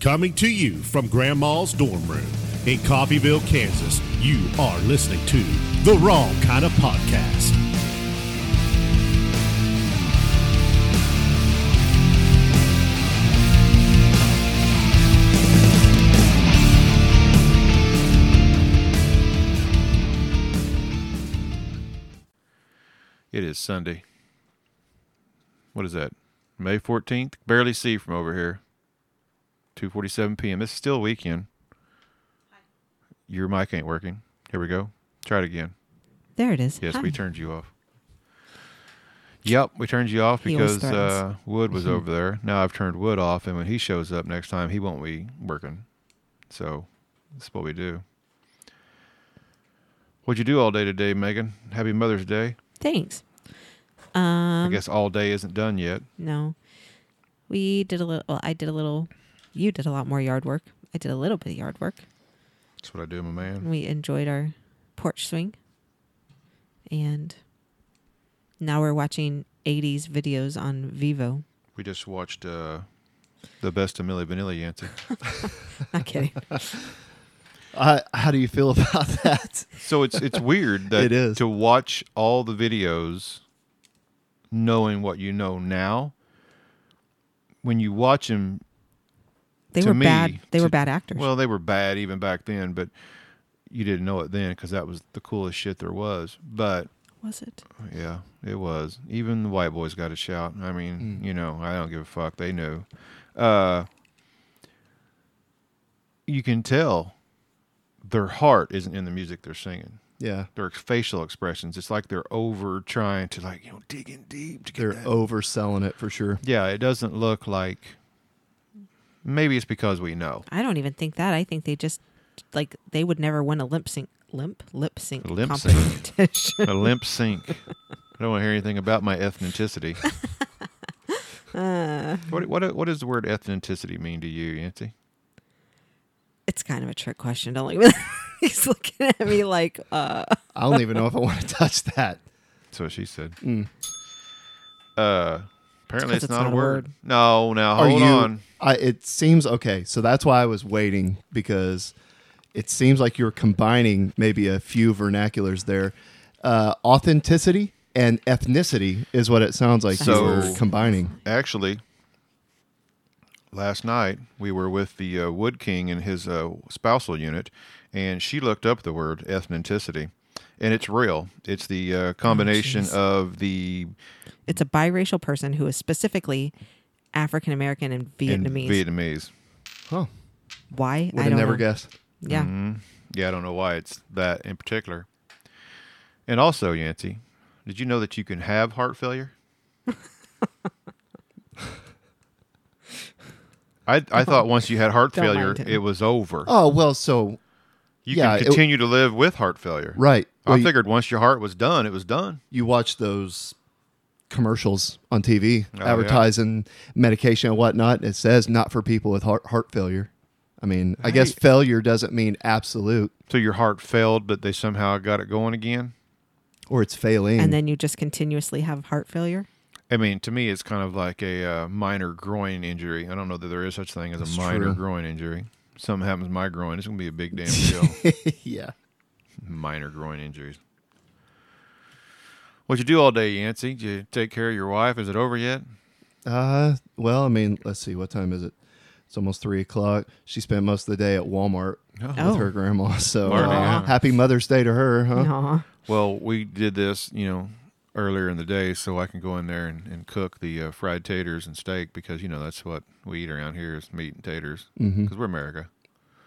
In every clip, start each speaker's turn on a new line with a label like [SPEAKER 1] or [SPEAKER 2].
[SPEAKER 1] Coming to you from Grandma's dorm room in Coffeeville, Kansas, you are listening to The Wrong Kind of Podcast.
[SPEAKER 2] It is Sunday. What is that? May 14th? Barely see from over here. 2:47 p.m. It's still weekend. Your mic ain't working. Here we go. Try it again.
[SPEAKER 3] There it is.
[SPEAKER 2] Yes,
[SPEAKER 3] Hi.
[SPEAKER 2] we turned you off. Yep, we turned you off
[SPEAKER 3] He always
[SPEAKER 2] because uh,
[SPEAKER 3] threatens.
[SPEAKER 2] Wood was over there. Now I've turned Wood off, and when he shows up next time, he won't be working. So that's what we do. What'd you do all day today, Megan? Happy Mother's Day.
[SPEAKER 3] Thanks.
[SPEAKER 2] I guess all day isn't done yet.
[SPEAKER 3] No, we did a little. Well, I did a little. You did a lot more yard work. I did a little bit of yard work.
[SPEAKER 2] That's what I do, my man.
[SPEAKER 3] We enjoyed our porch swing, and now we're watching '80s videos on Vivo.
[SPEAKER 2] We just watched uh, the best of Millie Vanilli Yancey.
[SPEAKER 3] Not kidding.
[SPEAKER 4] I, how do you feel about that?
[SPEAKER 2] So it's it's weird that
[SPEAKER 4] It is.
[SPEAKER 2] to watch all the videos, knowing what you know now. When you watch them,
[SPEAKER 3] They
[SPEAKER 2] To
[SPEAKER 3] were
[SPEAKER 2] me,
[SPEAKER 3] bad. They
[SPEAKER 2] to-
[SPEAKER 3] were bad actors.
[SPEAKER 2] well, they were bad even back then, but you didn't know it then because that was the coolest shit there was. But
[SPEAKER 3] was it?
[SPEAKER 2] yeah, it was. Even the white boys got a shout. I mean, you know, I don't give a fuck. They knew. Uh, you can tell their heart isn't in the music they're singing.
[SPEAKER 4] Yeah,
[SPEAKER 2] Their facial expressions. It's like they're over trying to like you know dig in deep to get
[SPEAKER 4] they're
[SPEAKER 2] that.
[SPEAKER 4] overselling it for sure.
[SPEAKER 2] yeah, it doesn't look like. Maybe it's because we know
[SPEAKER 3] I don't even think that. I think they just like they would never win a lip sync. Limp lip sync
[SPEAKER 2] A lip sync.
[SPEAKER 3] competition.
[SPEAKER 2] a limp sync. I don't want to hear anything about my ethnicity. what what what does the word ethnicity mean to you, Yancy?
[SPEAKER 3] it's kind of a trick question. Don't like he's looking at me like uh
[SPEAKER 4] I don't even know if I want to touch that.
[SPEAKER 2] That's what she said. Uh, apparently it's,
[SPEAKER 3] 'cause it's
[SPEAKER 2] not, a word. No, now hold
[SPEAKER 4] you?
[SPEAKER 2] on.
[SPEAKER 4] I, it seems okay. So that's why I was waiting because it seems like you're combining maybe a few vernaculars there. Uh, authenticity and ethnicity is what it sounds like
[SPEAKER 2] So-
[SPEAKER 4] you were combining.
[SPEAKER 2] Actually, last night we were with the uh, Wood King and his uh, spousal unit, and she looked up the word ethnicity, and it's real. It's the uh, combination
[SPEAKER 3] jeez.
[SPEAKER 2] of the
[SPEAKER 3] it's a biracial person who is specifically African American and
[SPEAKER 2] and
[SPEAKER 3] Vietnamese.
[SPEAKER 2] Vietnamese.
[SPEAKER 4] Huh?
[SPEAKER 3] Why?
[SPEAKER 4] Would
[SPEAKER 3] I
[SPEAKER 4] have
[SPEAKER 3] don't
[SPEAKER 4] never
[SPEAKER 3] know.
[SPEAKER 4] guessed.
[SPEAKER 3] Yeah.
[SPEAKER 2] Yeah, I don't know why it's that in particular. And also, Yancy, did you know that you can have heart failure? I, I thought once you had heart
[SPEAKER 3] Don't
[SPEAKER 2] failure,
[SPEAKER 3] mind him.
[SPEAKER 2] it was over.
[SPEAKER 4] Oh well, so
[SPEAKER 2] you
[SPEAKER 4] yeah,
[SPEAKER 2] can
[SPEAKER 4] it-
[SPEAKER 2] continue to live with heart failure.
[SPEAKER 4] right.
[SPEAKER 2] I
[SPEAKER 4] Well, you-
[SPEAKER 2] figured once your heart was done, it was done.
[SPEAKER 4] you watch those commercials on TV
[SPEAKER 2] Oh, yeah.
[SPEAKER 4] advertising medication and whatnot. It says not for people with heart, heart failure. I mean, I guess failure doesn't mean absolute
[SPEAKER 2] So your heart failed, but they somehow got it going again.
[SPEAKER 4] or it's failing.
[SPEAKER 3] And then you just continuously have heart failure.
[SPEAKER 2] I mean, to me, it's kind of like a uh, minor groin injury. I don't know that there is such thing as a
[SPEAKER 4] That's
[SPEAKER 2] minor
[SPEAKER 4] true.
[SPEAKER 2] groin injury. Something happens to my groin, it's gonna be a big damn deal.
[SPEAKER 4] yeah.
[SPEAKER 2] minor groin injuries. What you do all day, Yancy? Did you take care of your wife? Is it over yet?
[SPEAKER 4] Uh, well, I mean, let's see. What time is it? It's almost three o'clock. She spent most of the day at Walmart
[SPEAKER 3] Oh.
[SPEAKER 4] with her grandma. So
[SPEAKER 2] Marty,
[SPEAKER 4] uh,
[SPEAKER 2] yeah.
[SPEAKER 4] happy Mother's Day to her, huh?
[SPEAKER 3] Aw.
[SPEAKER 2] Well, we did this, you know, earlier in the day, so I can go in there and, and cook the uh, fried taters and steak because you know that's what we eat around here is meat and taters because
[SPEAKER 3] Mm-hmm.
[SPEAKER 2] we're America.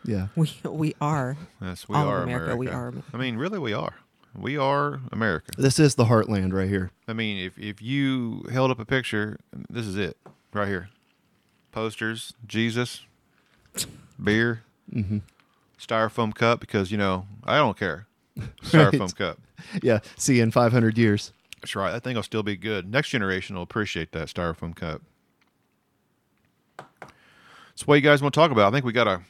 [SPEAKER 4] Yeah.
[SPEAKER 3] We we are.
[SPEAKER 2] Yes, we
[SPEAKER 3] All of
[SPEAKER 2] are
[SPEAKER 3] America,
[SPEAKER 2] America.
[SPEAKER 3] we are Amer-
[SPEAKER 2] I mean, really, we are. We are America.
[SPEAKER 4] This is the heartland right here.
[SPEAKER 2] I mean, if if you held up a picture, this is it right here. Posters, Jesus, beer, styrofoam cup because you know I don't care. Styrofoam cup.
[SPEAKER 4] Yeah. See you in 500 years.
[SPEAKER 2] That's right. That thing will still be good. Next generation will appreciate that styrofoam cup. So, what you guys want to talk about? I think we got a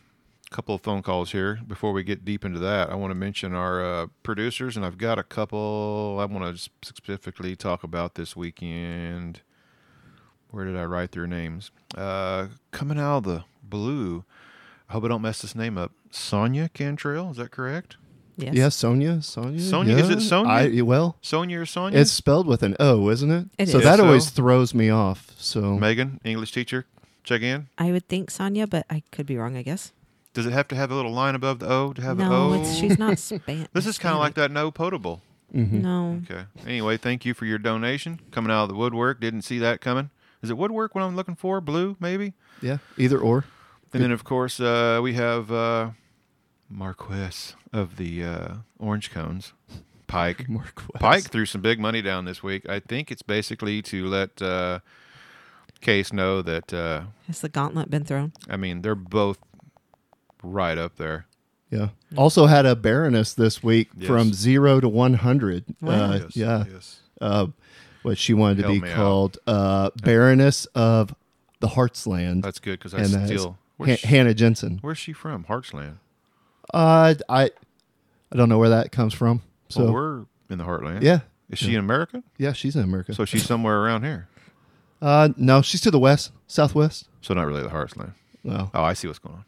[SPEAKER 2] couple of phone calls here before we get deep into that. I want to mention our uh, producers, and I've got a couple I want to specifically talk about this weekend. Where did I write their names? Uh, coming out of the Blue. I hope I don't mess this name up. Sonia Cantrell, is that correct?
[SPEAKER 3] Yes.
[SPEAKER 4] Yeah, Sonia. Sonia.
[SPEAKER 2] Sonia? Is
[SPEAKER 4] yeah.
[SPEAKER 2] it Sonia?
[SPEAKER 4] I, well,
[SPEAKER 2] Sonia or Sonia?
[SPEAKER 4] it's spelled with an O, isn't it?
[SPEAKER 3] It
[SPEAKER 4] so
[SPEAKER 3] is.
[SPEAKER 4] that
[SPEAKER 2] So-
[SPEAKER 4] always throws me off. So
[SPEAKER 2] Megan, English teacher. Check in.
[SPEAKER 3] I would think Sonia, but I could be wrong. I guess.
[SPEAKER 2] Does it have to have a little line above the O to have an
[SPEAKER 3] no,
[SPEAKER 2] O?
[SPEAKER 3] it's, she's not span.
[SPEAKER 2] this is kind of like that no potable.
[SPEAKER 3] No.
[SPEAKER 2] Okay. Anyway, thank you for your donation coming out of the woodwork. Didn't see that coming. Is it woodwork what I'm looking for? Blue, maybe?
[SPEAKER 4] yeah, either or.
[SPEAKER 2] And then, of course, uh, we have uh, Marquess of the uh, Orange Cones, Pike.
[SPEAKER 4] Marquez.
[SPEAKER 2] Pike threw some big money down this week. I think it's basically to let uh, Case know that, uh,
[SPEAKER 3] Has the gauntlet been thrown?
[SPEAKER 2] I mean, they're both right up there.
[SPEAKER 4] Yeah. Also had a Baroness this week
[SPEAKER 2] Yes.
[SPEAKER 4] from zero to one hundred.
[SPEAKER 3] Wow.
[SPEAKER 4] Uh,
[SPEAKER 2] Yes,
[SPEAKER 4] yeah.
[SPEAKER 2] yes.
[SPEAKER 4] Uh, what she wanted to
[SPEAKER 2] Help
[SPEAKER 4] be
[SPEAKER 2] me out.
[SPEAKER 4] called uh, Baroness of the Heartsland,
[SPEAKER 2] That's good because I
[SPEAKER 4] and that's
[SPEAKER 2] still.
[SPEAKER 4] Han-
[SPEAKER 2] Where's, she,
[SPEAKER 4] Hannah Jensen.
[SPEAKER 2] where's she from? Heartland.
[SPEAKER 4] Uh, I I don't know where that comes from. So
[SPEAKER 2] well, we're in the Heartland.
[SPEAKER 4] yeah,
[SPEAKER 2] Is she an American?
[SPEAKER 4] yeah, she's in America.
[SPEAKER 2] So she's somewhere around here.
[SPEAKER 4] uh, no, she's to the west, southwest.
[SPEAKER 2] So not really the Heartland.
[SPEAKER 4] Well,
[SPEAKER 2] Oh, I see what's going on.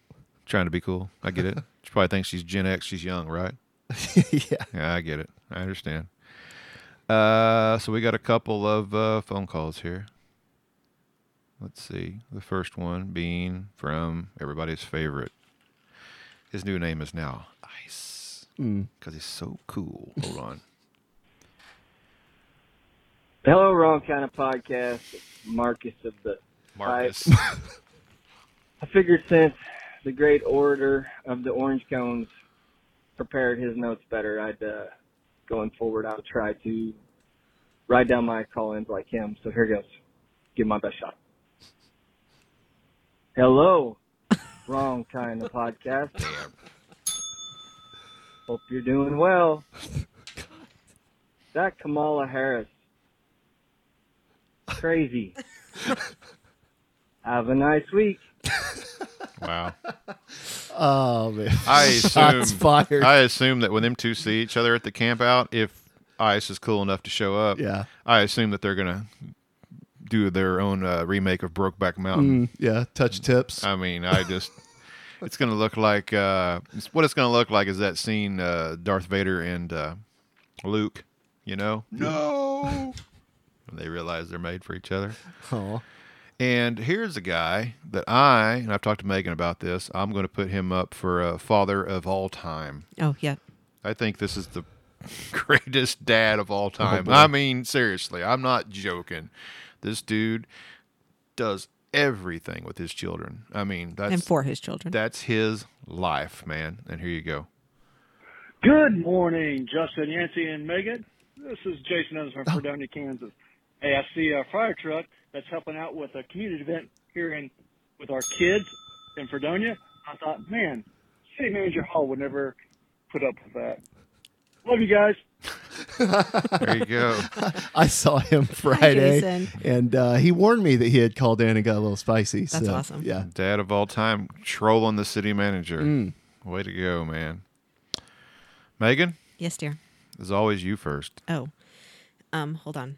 [SPEAKER 2] Trying to be cool. I get it. She probably thinks she's Gen X. She's young, right?
[SPEAKER 4] yeah.
[SPEAKER 2] Yeah, I get it. I understand. Uh, so we got a couple of uh, phone calls here. Let's see. The first one being from everybody's favorite. His new name is now Ice because he's so cool. Hold on.
[SPEAKER 5] Hello, Wrong Kind of Podcast. Marcus of the.
[SPEAKER 2] Marcus.
[SPEAKER 5] I figured since the great orator of the Orange Cones prepared his notes better, I'd, uh, going forward, I'll try to write down my call ins like him. So here goes. Give my best shot. Hello, Wrong Kind of Podcast. Hope you're doing well. That Kamala Harris. Crazy. Have a nice week.
[SPEAKER 2] wow.
[SPEAKER 4] Oh man,
[SPEAKER 2] I
[SPEAKER 4] shots
[SPEAKER 2] assume.
[SPEAKER 4] fired.
[SPEAKER 2] I assume that when them two see each other at the camp out, if Ice is cool enough to show up,
[SPEAKER 4] yeah,
[SPEAKER 2] I assume that they're gonna do their own uh, remake of Brokeback Mountain.
[SPEAKER 4] Mm, yeah. Touch tips.
[SPEAKER 2] I mean, I just it's gonna look like uh, it's- what it's gonna look like is that scene uh, Darth Vader and uh, Luke, you know? No. they realize they're made for each other.
[SPEAKER 4] Aw.
[SPEAKER 2] And here's a guy that I and I've talked to Megan about this. I'm going to put him up for uh, father of all time.
[SPEAKER 3] Oh yeah.
[SPEAKER 2] I think this is the greatest dad of all time. I mean, seriously, I'm not joking. This dude does everything with his children. I mean,
[SPEAKER 3] and
[SPEAKER 2] that's
[SPEAKER 3] for his children.
[SPEAKER 2] that's his life, man. And here you go.
[SPEAKER 6] Good morning, Justin, Yancey, and Megan. This is Jason Evans from Fredonia, Kansas. Hey, I see a fire truck that's helping out with a community event here in with our kids in Fredonia. I thought, man, City Manager Hall would never put up with that. Love you guys.
[SPEAKER 2] There you go.
[SPEAKER 4] I saw him Friday,
[SPEAKER 3] Jason.
[SPEAKER 4] and uh, he warned me that he had called in and got a little spicy.
[SPEAKER 3] That's
[SPEAKER 4] so,
[SPEAKER 3] awesome.
[SPEAKER 4] Yeah,
[SPEAKER 2] dad of all time, trolling the city manager. Way to go, man. Megan,
[SPEAKER 3] yes, dear.
[SPEAKER 2] as always, you first.
[SPEAKER 3] Oh, um, hold on.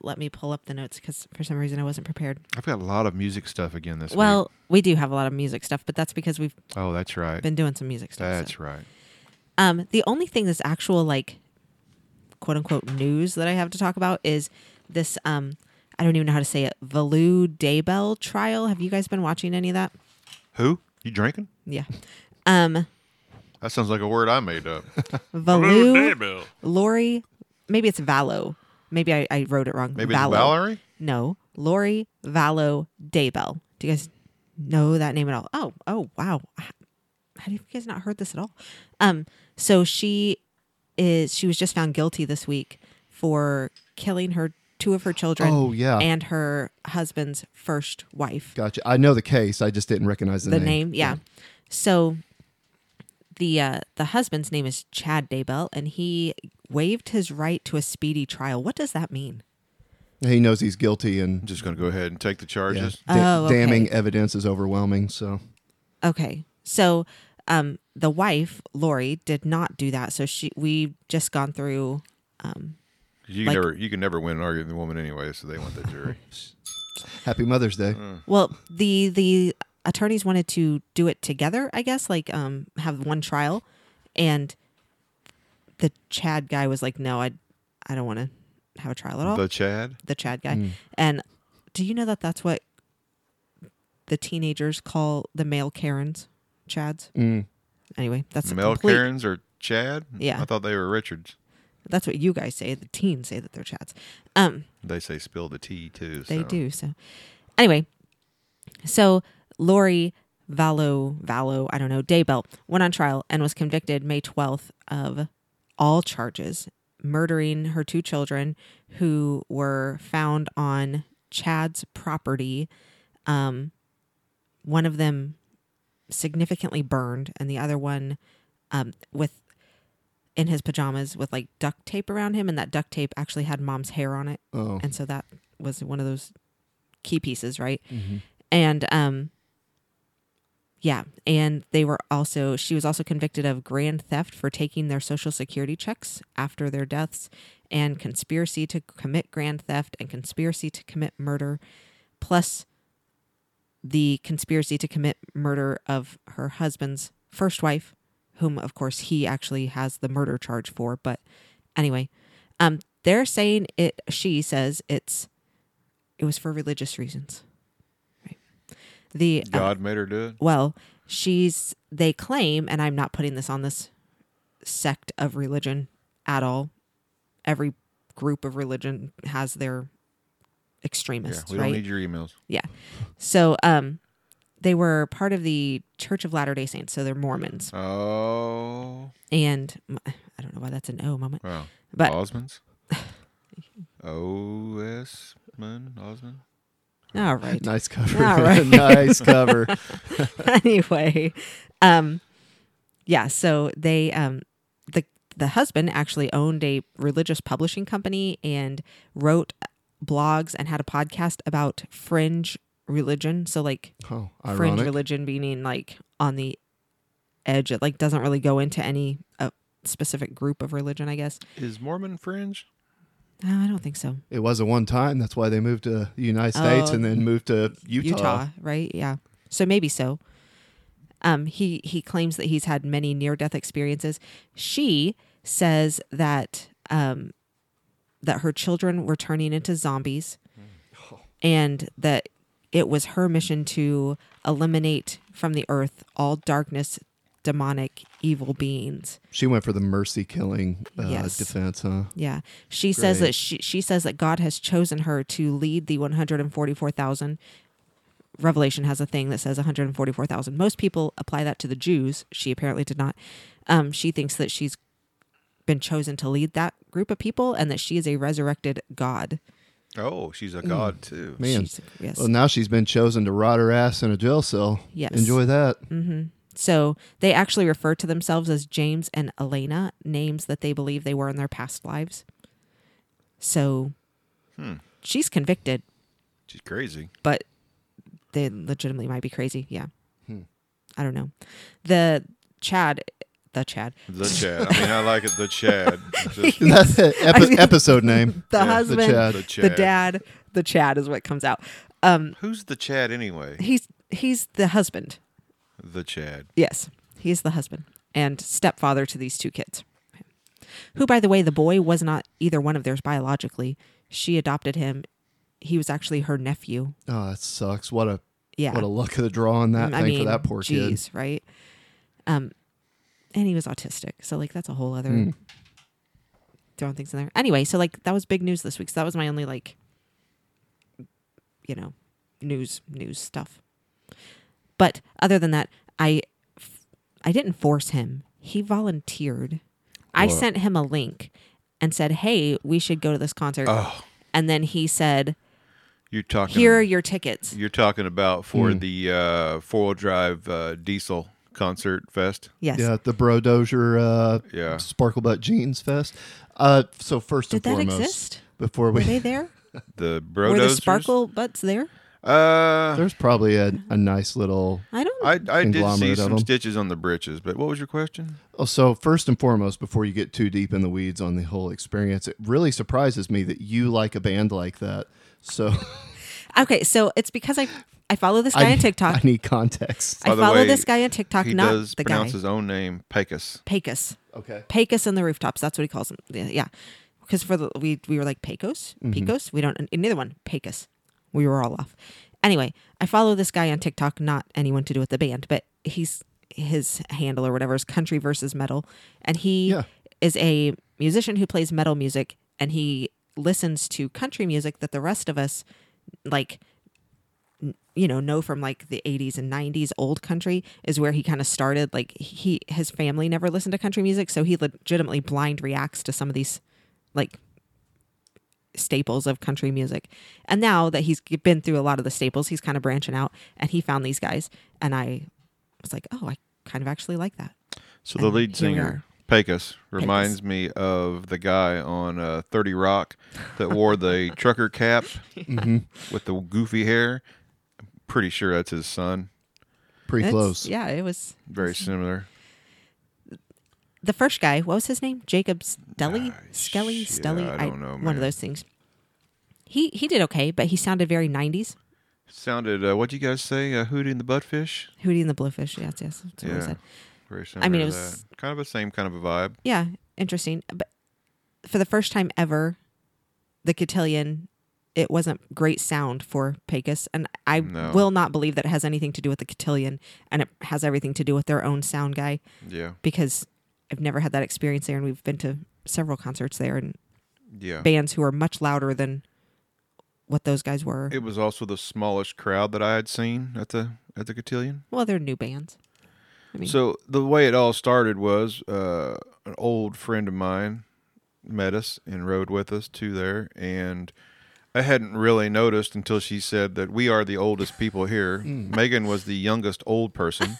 [SPEAKER 3] Let me pull up the notes because for some reason I wasn't prepared.
[SPEAKER 2] I've got a lot of music stuff again this
[SPEAKER 3] Well, we do have a lot of music stuff, but that's because we've
[SPEAKER 2] week. Oh, that's right.
[SPEAKER 3] been doing some music stuff. so-
[SPEAKER 2] That's right.
[SPEAKER 3] Um, the only thing that's actual like quote unquote news that I have to talk about is this um I don't even know how to say it, Valu Daybell trial. Have you guys been watching any of that?
[SPEAKER 2] Who? You drinking?
[SPEAKER 3] Yeah. Um
[SPEAKER 2] That sounds like a word I made up.
[SPEAKER 3] Valu Lori maybe it's Vallow. Maybe I, I wrote it wrong.
[SPEAKER 2] Maybe
[SPEAKER 3] Vallow.
[SPEAKER 2] it's Valerie?
[SPEAKER 3] No. Lori Vallow Daybell. Do you guys know that name at all? Oh, oh wow. How do you guys not heard this at all? Um, so she is she was just found guilty this week for killing her two of her children
[SPEAKER 4] Oh, yeah.
[SPEAKER 3] and her husband's first wife.
[SPEAKER 4] gotcha. I know the case. I just didn't recognize the,
[SPEAKER 3] the name, yeah. So the uh the husband's name is Chad Daybell and he waived his right to a speedy trial. What does that mean?
[SPEAKER 4] He knows he's guilty, and
[SPEAKER 2] I'm just going to go ahead and take the
[SPEAKER 4] yeah,
[SPEAKER 2] charges.
[SPEAKER 4] da-
[SPEAKER 3] Oh, okay.
[SPEAKER 4] damning evidence is overwhelming. So
[SPEAKER 3] Okay. So um the wife, Lori, did not do that. So she we just gone through
[SPEAKER 2] You
[SPEAKER 3] Like-
[SPEAKER 2] can never you can never win an argument with a woman anyway, so they want the jury.
[SPEAKER 3] Mm.
[SPEAKER 4] happy Mother's Day.
[SPEAKER 3] well the the attorneys wanted to do it together, I guess, like um, have one trial, and the Chad guy was like, "No, I, I don't want to have a trial at all."
[SPEAKER 2] The Hmm.
[SPEAKER 3] The,
[SPEAKER 2] Chad.
[SPEAKER 3] Chad guy, and do you know that that's what the teenagers call the male Karens, Chads? Anyway, that's a
[SPEAKER 2] Mel
[SPEAKER 3] complete-
[SPEAKER 2] Hmm. Karens or Chad?
[SPEAKER 3] Yeah.
[SPEAKER 2] I thought they were Richards.
[SPEAKER 3] That's what you guys say. The teens say that they're Chads. Um,
[SPEAKER 2] They say spill the tea too.
[SPEAKER 3] They
[SPEAKER 2] so.
[SPEAKER 3] do. So, anyway, so Lori Vallow, Vallow, I don't know, Daybell went on trial and was convicted May 12th of all charges murdering her two children who were found on Chad's property. Um, one of them significantly burned, and the other one um, with in his pajamas with like duct tape around him, and that duct tape actually had mom's hair on it,
[SPEAKER 4] Oh.
[SPEAKER 3] and so that was one of those key pieces, right? And um, yeah, and they were also she was also convicted of grand theft for taking their social security checks after their deaths, and conspiracy to commit grand theft and conspiracy to commit murder, plus the conspiracy to commit murder of her husband's first wife, whom, of course, he actually has the murder charge for. But anyway, um, they're saying it. She says it's it was for religious reasons. Right. The uh,
[SPEAKER 2] God made her do it.
[SPEAKER 3] well, she's they claim, and I'm not putting this on this sect of religion at all. Every group of religion has their
[SPEAKER 2] Yeah,
[SPEAKER 3] extremists,
[SPEAKER 2] we
[SPEAKER 3] right?
[SPEAKER 2] don't need your emails.
[SPEAKER 3] Yeah. So um they were part of the Church of Latter-day Saints, so they're Mormons.
[SPEAKER 2] Oh,
[SPEAKER 3] And I don't know why that's an O moment.
[SPEAKER 2] wow.
[SPEAKER 3] But
[SPEAKER 2] Osmonds. Osman. Osmond.
[SPEAKER 3] all right.
[SPEAKER 4] Nice cover.
[SPEAKER 3] All right.
[SPEAKER 4] nice cover.
[SPEAKER 3] anyway, um, yeah. So they, um, the the husband actually owned a religious publishing company and wrote blogs and had a podcast about fringe religion. So like
[SPEAKER 4] Oh,
[SPEAKER 3] fringe
[SPEAKER 4] ironic.
[SPEAKER 3] religion meaning like on the edge. It like doesn't really go into any uh, specific group of religion, I guess.
[SPEAKER 2] Is Mormon fringe?
[SPEAKER 3] No, I don't think so.
[SPEAKER 4] It was at one time. That's why they moved to the United States
[SPEAKER 3] Oh,
[SPEAKER 4] and then moved to Utah.
[SPEAKER 3] Utah, right? Yeah. So maybe so. Um, he he claims that he's had many near death experiences. She says that um, that her children were turning into zombies, and that it was her mission to eliminate from the earth all darkness, demonic, evil beings.
[SPEAKER 4] She went for the mercy killing uh,
[SPEAKER 3] Yes.
[SPEAKER 4] defense, huh?
[SPEAKER 3] Yeah. She says
[SPEAKER 4] Great.
[SPEAKER 3] that she, she says that God has chosen her to lead the 144,000. Revelation has a thing that says 144,000. Most people apply that to the Jews. She apparently did not. Um, she thinks that she's been chosen to lead that group of people and that she is a resurrected God.
[SPEAKER 2] Oh, she's a god
[SPEAKER 3] Mm.
[SPEAKER 2] too.
[SPEAKER 4] Man. Um,
[SPEAKER 3] She's- yes.
[SPEAKER 4] Well, now she's been chosen to rot her ass in a jail cell.
[SPEAKER 3] Yes.
[SPEAKER 4] Enjoy that.
[SPEAKER 3] So they actually refer to themselves as James and Elena, names that they believe they were in their past lives. So
[SPEAKER 4] Hmm.
[SPEAKER 3] she's convicted,
[SPEAKER 2] She's crazy.
[SPEAKER 3] but they legitimately might be crazy. Yeah. I don't know. The Chad, the Chad,
[SPEAKER 2] The Chad. I mean, I like it. The Chad. Just
[SPEAKER 4] That's it. Epi-
[SPEAKER 3] was gonna-
[SPEAKER 4] episode name.
[SPEAKER 3] the
[SPEAKER 2] Yeah, the
[SPEAKER 3] husband,
[SPEAKER 4] Chad.
[SPEAKER 2] The
[SPEAKER 3] the,
[SPEAKER 2] Chad.
[SPEAKER 3] dad, the Chad is what comes out. Um,
[SPEAKER 2] Who's the Chad anyway?
[SPEAKER 3] he's he's the husband.
[SPEAKER 2] The Chad.
[SPEAKER 3] Yes, he's the husband and stepfather to these two kids. Who, by the way, the boy was not either one of theirs biologically. She adopted him. He was actually her nephew.
[SPEAKER 4] Oh, that sucks. What a
[SPEAKER 3] Yeah. Mm,
[SPEAKER 4] what a luck of the draw on that
[SPEAKER 3] I
[SPEAKER 4] thing
[SPEAKER 3] mean,
[SPEAKER 4] for that poor kid.
[SPEAKER 3] geez, right? Um, and he was autistic, so like that's a whole other
[SPEAKER 4] Hmm.
[SPEAKER 3] throwing things in there. Anyway, so like that was big news this week. So that was my only like, you know, news news stuff. But other than that, I f- I didn't force him. He volunteered. I
[SPEAKER 2] What?
[SPEAKER 3] sent him a link and said, "Hey, we should go to this concert."
[SPEAKER 2] Oh,
[SPEAKER 3] And then he said,
[SPEAKER 2] you're talking.
[SPEAKER 3] "Here are Hmm. your tickets."
[SPEAKER 2] You're talking about for the uh, four wheel drive uh, diesel concert fest.
[SPEAKER 3] Yes.
[SPEAKER 4] Yeah, the Bro Dozier uh,
[SPEAKER 2] Yeah.
[SPEAKER 4] Sparkle Butt Jeans Fest. Uh, so first
[SPEAKER 3] Did
[SPEAKER 4] and
[SPEAKER 3] that
[SPEAKER 4] foremost,
[SPEAKER 3] exist?
[SPEAKER 4] before
[SPEAKER 3] Were
[SPEAKER 4] we
[SPEAKER 3] they there?
[SPEAKER 2] The Brodozers.
[SPEAKER 3] Were the sparkle butts there?
[SPEAKER 2] Uh,
[SPEAKER 4] there's probably a, a nice little.
[SPEAKER 3] Uh-huh. I don't.
[SPEAKER 2] I I did
[SPEAKER 4] Conglomerate
[SPEAKER 2] see
[SPEAKER 4] of
[SPEAKER 2] some
[SPEAKER 4] them.
[SPEAKER 2] stitches on the britches, but what was your question?
[SPEAKER 4] Oh, so first and foremost, before you get too deep in the weeds on the whole experience, it really surprises me that you like a band like that. So
[SPEAKER 3] Okay, so it's because I I follow this guy on TikTok.
[SPEAKER 4] I need context.
[SPEAKER 3] I
[SPEAKER 2] By the
[SPEAKER 3] follow
[SPEAKER 2] way,
[SPEAKER 3] this guy on TikTok,
[SPEAKER 2] he
[SPEAKER 3] not
[SPEAKER 2] does
[SPEAKER 3] the
[SPEAKER 2] pronounce
[SPEAKER 3] guy.
[SPEAKER 2] his own name Pecos.
[SPEAKER 3] Pecos.
[SPEAKER 4] Okay.
[SPEAKER 3] Pecos on the rooftops. That's what he calls them. Yeah, Yeah. Because for the we we were like Pecos,
[SPEAKER 2] Mm-hmm.
[SPEAKER 3] Pecos. We don't neither one Pecos. We were all off. Anyway, I follow this guy on TikTok, not anyone to do with the band, but he's his handle or whatever is country versus metal, and he
[SPEAKER 4] Yeah.
[SPEAKER 3] is a musician who plays metal music, and he listens to country music that the rest of us like you know know from like the 80s and 90s old country is where he kind of started like he his family never listened to country music so he legitimately blind reacts to some of these like staples of country music and now that he's been through a lot of the staples he's kind of branching out and he found these guys and i was like oh i kind of actually like that
[SPEAKER 2] So the
[SPEAKER 3] And
[SPEAKER 2] lead
[SPEAKER 3] here we
[SPEAKER 2] singer
[SPEAKER 3] are.
[SPEAKER 2] Pecos reminds me of the guy on uh, Thirty Rock that wore the trucker cap
[SPEAKER 4] Mm-hmm.
[SPEAKER 2] with the goofy hair. I'm pretty sure that's his son.
[SPEAKER 4] Pretty
[SPEAKER 3] It's-
[SPEAKER 4] close.
[SPEAKER 3] yeah it was
[SPEAKER 2] Very similar.
[SPEAKER 3] the first guy, what was his name? Jacob Stelly?
[SPEAKER 2] Ah,
[SPEAKER 3] Skelly?
[SPEAKER 2] shit,
[SPEAKER 3] Stelly?
[SPEAKER 2] I don't know,
[SPEAKER 3] One
[SPEAKER 2] man.
[SPEAKER 3] of those things. He he did okay, but he sounded very 90s.
[SPEAKER 2] Sounded. Uh, what'd you guys say? Uh, Hootie and the Buttfish.
[SPEAKER 3] Hootie and the Blowfish. Yes, yes. That's what I said.
[SPEAKER 2] Very similar.
[SPEAKER 3] mean,
[SPEAKER 2] to
[SPEAKER 3] it was-
[SPEAKER 2] that. kind of the same kind of a vibe.
[SPEAKER 3] Yeah, interesting. But for the first time ever, the cotillion, it wasn't great sound for Pecos. And I
[SPEAKER 2] No.
[SPEAKER 3] will not believe that it has anything to do with the cotillion and it has everything to do with their own sound guy
[SPEAKER 2] Yeah,
[SPEAKER 3] because I've never had that experience there. And we've been to several concerts there and
[SPEAKER 2] yeah.
[SPEAKER 3] bands who are much louder than what those guys were.
[SPEAKER 2] It was also the smallest crowd that I had seen at the at the cotillion.
[SPEAKER 3] Well, they're new bands. Mm-hmm.
[SPEAKER 2] So the way it all started was uh, an old friend of mine met us and rode with us to there, and I hadn't really noticed until she said that we are the oldest people here. Megan was the youngest old person.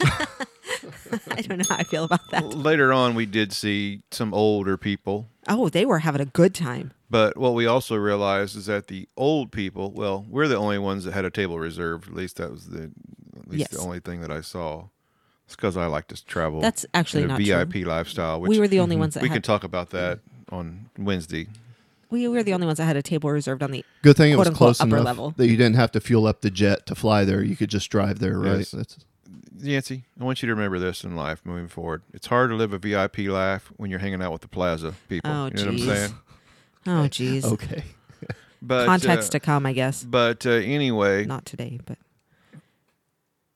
[SPEAKER 3] I don't know how I feel about that.
[SPEAKER 2] Later on, we did see some older people,
[SPEAKER 3] Oh, they were having a good time.
[SPEAKER 2] but what we also realized is that the old people, well, we're the only ones that had a table reserved. At least that was the at least the
[SPEAKER 3] Yes.
[SPEAKER 2] only thing that I saw. It's because I like to travel.
[SPEAKER 3] That's actually
[SPEAKER 2] in a
[SPEAKER 3] not true.
[SPEAKER 2] VIP lifestyle. Which Mm-hmm.
[SPEAKER 3] we were the only ones that
[SPEAKER 2] we
[SPEAKER 3] had,
[SPEAKER 2] could talk about that on Wednesday.
[SPEAKER 3] we were the only ones that had a table reserved on the
[SPEAKER 4] Good thing it
[SPEAKER 3] Quote,
[SPEAKER 4] was
[SPEAKER 3] unquote,
[SPEAKER 4] close
[SPEAKER 3] upper
[SPEAKER 4] enough
[SPEAKER 3] level.
[SPEAKER 4] that you didn't have to fuel up the jet to fly there. You could just drive there, right?
[SPEAKER 2] Yes.
[SPEAKER 4] That's,
[SPEAKER 2] Yancy, I want you to remember this in life moving forward. It's hard to live a VIP life when you're hanging out with the plaza people.
[SPEAKER 3] Oh,
[SPEAKER 2] you know what I'm
[SPEAKER 3] jeez.
[SPEAKER 2] saying?
[SPEAKER 3] oh geez
[SPEAKER 4] okay.
[SPEAKER 2] But
[SPEAKER 3] context
[SPEAKER 2] uh,
[SPEAKER 3] to come, I guess.
[SPEAKER 2] But uh, anyway,
[SPEAKER 3] Not today, but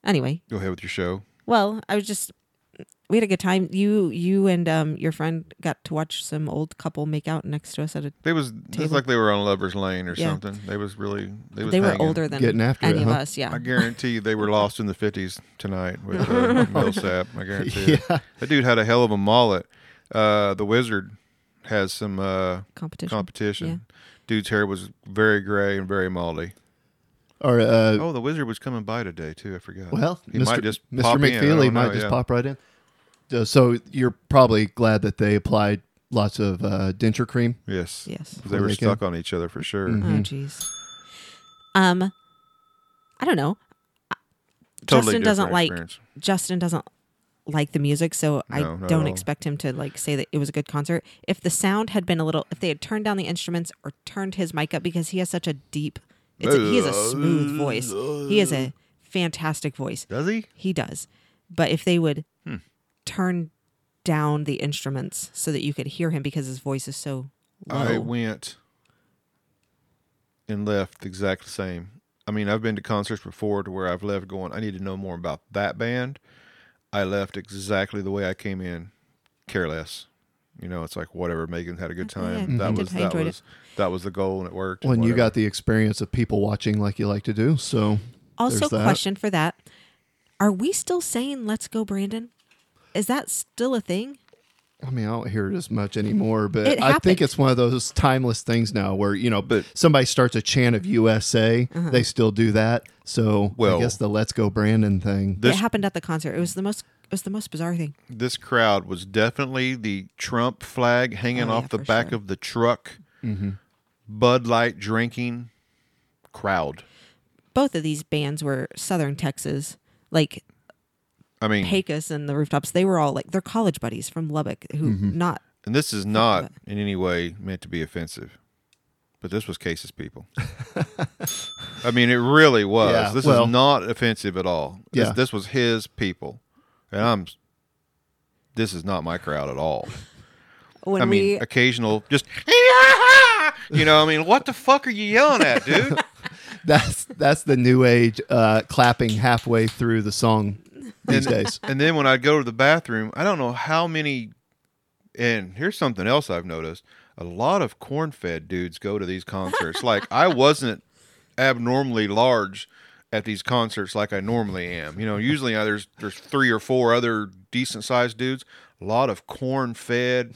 [SPEAKER 3] anyway.
[SPEAKER 2] go ahead with your show.
[SPEAKER 3] Well, I was just we had a good time. You you and um your friend got to watch some old couple make out next to us at a.
[SPEAKER 2] They was it's
[SPEAKER 3] Table.
[SPEAKER 2] like they were on Lover's Lane or
[SPEAKER 3] Yeah.
[SPEAKER 2] something. They was really they was
[SPEAKER 3] They were
[SPEAKER 2] hanging.
[SPEAKER 3] older than
[SPEAKER 4] Getting after
[SPEAKER 3] any
[SPEAKER 4] it,
[SPEAKER 3] of
[SPEAKER 4] huh?
[SPEAKER 3] us. Yeah,
[SPEAKER 2] I guarantee you they were lost in the fifties tonight with uh, Millsap. I guarantee it. That dude had a hell of a mullet. Uh, the wizard has some uh,
[SPEAKER 3] competition.
[SPEAKER 2] competition.
[SPEAKER 3] Yeah.
[SPEAKER 2] Dude's hair was very gray and very moldy.
[SPEAKER 4] Or uh,
[SPEAKER 2] Oh, the wizard was coming by today too. I forgot.
[SPEAKER 4] well,
[SPEAKER 2] he
[SPEAKER 4] Mr.
[SPEAKER 2] might just
[SPEAKER 4] Mr.
[SPEAKER 2] pop in, I
[SPEAKER 4] McFeely
[SPEAKER 2] don't
[SPEAKER 4] might
[SPEAKER 2] know,
[SPEAKER 4] just
[SPEAKER 2] yeah.
[SPEAKER 4] pop right in. Uh, So you're probably glad that they applied lots of uh, denture cream.
[SPEAKER 2] Yes.
[SPEAKER 3] Yes.
[SPEAKER 2] They were
[SPEAKER 4] They Mm-hmm.
[SPEAKER 2] stuck on each other for sure.
[SPEAKER 4] Hmm.
[SPEAKER 3] Oh jeez. Um, I don't know.
[SPEAKER 2] Totally
[SPEAKER 3] Justin doesn't
[SPEAKER 2] different
[SPEAKER 3] like
[SPEAKER 2] experience.
[SPEAKER 3] Justin doesn't like the music, so I
[SPEAKER 2] No, not at
[SPEAKER 3] don't
[SPEAKER 2] all.
[SPEAKER 3] expect him to like say that it was a good concert. If the sound had been a little, if they had turned down the instruments or turned his mic up, because he has such a deep, it's a, he has a smooth voice. He has a fantastic voice.
[SPEAKER 2] Does he?
[SPEAKER 3] He does. But if they would
[SPEAKER 2] Hmm.
[SPEAKER 3] turn down the instruments so that you could hear him because his voice is so low.
[SPEAKER 4] Oh.
[SPEAKER 2] I went and left the exact same. I mean, I've been to concerts before to where I've left going, I need to know more about that band. I left exactly the way I came in, care less. You know, it's like whatever. Megan had a good
[SPEAKER 3] Yeah, yeah,
[SPEAKER 2] time.
[SPEAKER 3] I
[SPEAKER 2] that
[SPEAKER 3] did.
[SPEAKER 2] was
[SPEAKER 3] I
[SPEAKER 2] that
[SPEAKER 3] enjoyed it.
[SPEAKER 2] was that was the goal, and it worked. and
[SPEAKER 4] When you
[SPEAKER 2] whatever.
[SPEAKER 4] got the experience of people watching like you like to do, so
[SPEAKER 3] also
[SPEAKER 4] there's that.
[SPEAKER 3] question for that. Are we still saying let's go Brandon? Is that still a thing?
[SPEAKER 4] I mean, I don't hear it as much anymore, but
[SPEAKER 3] It
[SPEAKER 4] I think
[SPEAKER 3] happened.
[SPEAKER 4] it's one of those timeless things now where, you know, but somebody starts a chant of USA,
[SPEAKER 3] Uh-huh.
[SPEAKER 4] they still do that. So
[SPEAKER 2] Well-
[SPEAKER 4] I guess the Let's Go Brandon thing.
[SPEAKER 2] This-
[SPEAKER 3] it happened at the concert. It was the most it was the most bizarre thing.
[SPEAKER 2] this crowd was definitely the Trump flag hanging
[SPEAKER 3] Oh,
[SPEAKER 2] off
[SPEAKER 3] yeah,
[SPEAKER 2] the
[SPEAKER 3] for
[SPEAKER 2] back
[SPEAKER 3] sure.
[SPEAKER 2] of the truck,
[SPEAKER 4] Mm-hmm.
[SPEAKER 2] Bud Light drinking crowd.
[SPEAKER 3] Both of these bands were Southern Texas. Like
[SPEAKER 2] I mean,
[SPEAKER 3] Pecos and the Rooftops, they were all like they're college
[SPEAKER 2] Mm-hmm.
[SPEAKER 3] buddies from Lubbock who not
[SPEAKER 2] and this is not in any way meant to be offensive. But this was Case's people. I mean, it really was.
[SPEAKER 4] Yeah,
[SPEAKER 2] this
[SPEAKER 4] well-
[SPEAKER 2] is not offensive at all. This,
[SPEAKER 4] Yeah.
[SPEAKER 2] this was his people, and I'm. This is not my crowd at all.
[SPEAKER 3] When
[SPEAKER 2] I mean,
[SPEAKER 3] we
[SPEAKER 2] occasional just. You know, I mean, what the fuck are you yelling at, dude?
[SPEAKER 4] That's that's the new age uh, clapping halfway through the song these days.
[SPEAKER 2] And then when I go to the bathroom, I don't know how many. And here's something else I've noticed: a lot of corn-fed dudes go to these concerts. like I wasn't abnormally large at these concerts like I normally am. You know, usually uh, there's there's three or four other decent-sized dudes. A lot of corn-fed.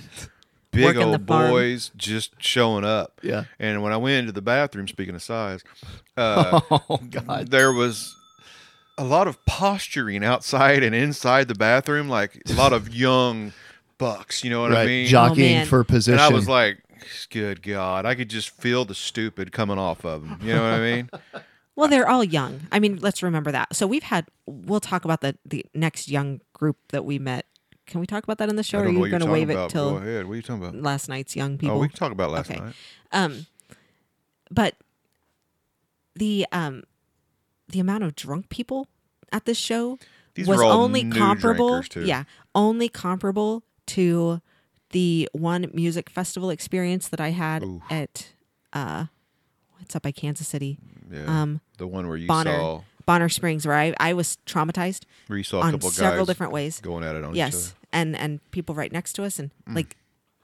[SPEAKER 2] Big
[SPEAKER 3] Working the
[SPEAKER 2] old
[SPEAKER 3] farm.
[SPEAKER 2] boys just showing up.
[SPEAKER 4] Yeah.
[SPEAKER 2] And when I went into the bathroom, speaking of size, uh,
[SPEAKER 4] Oh God!
[SPEAKER 2] there was a lot of posturing outside and inside the bathroom, like a lot of young bucks, you know what
[SPEAKER 4] right,
[SPEAKER 2] I mean? oh,
[SPEAKER 4] jockeying
[SPEAKER 3] man.
[SPEAKER 4] for
[SPEAKER 2] And
[SPEAKER 4] position.
[SPEAKER 2] I was like, good God, I could just feel the stupid coming off of them. You know what I mean?
[SPEAKER 3] Well, they're all young. I mean, let's remember that. So we've had. We'll talk about the the next young group that we met. Can we talk about that in the show?
[SPEAKER 2] I
[SPEAKER 3] or are
[SPEAKER 2] don't know
[SPEAKER 3] you
[SPEAKER 2] what you're
[SPEAKER 3] going to
[SPEAKER 2] talking
[SPEAKER 3] waive
[SPEAKER 2] about.
[SPEAKER 3] it
[SPEAKER 2] Go
[SPEAKER 3] till
[SPEAKER 2] ahead. What are you talking about?
[SPEAKER 3] last night's young people?
[SPEAKER 2] Oh, we can talk about last
[SPEAKER 3] Okay.
[SPEAKER 2] night.
[SPEAKER 3] um, but the um, the amount of drunk people at this show
[SPEAKER 2] These
[SPEAKER 3] was
[SPEAKER 2] were all
[SPEAKER 3] only
[SPEAKER 2] new
[SPEAKER 3] comparable.
[SPEAKER 2] drinkers, too.
[SPEAKER 3] Yeah, only comparable to the one music festival experience that I had at uh, what's up by Kansas City,
[SPEAKER 2] Yeah.
[SPEAKER 3] um,
[SPEAKER 2] the one where you
[SPEAKER 3] Bonner,
[SPEAKER 2] saw
[SPEAKER 3] Bonner Springs, where I, I was traumatized
[SPEAKER 2] where you saw a
[SPEAKER 3] on
[SPEAKER 2] couple
[SPEAKER 3] several
[SPEAKER 2] guys
[SPEAKER 3] different ways.
[SPEAKER 2] going Mm. at it on each
[SPEAKER 3] yes,
[SPEAKER 2] other.
[SPEAKER 3] and and people right next to us, and like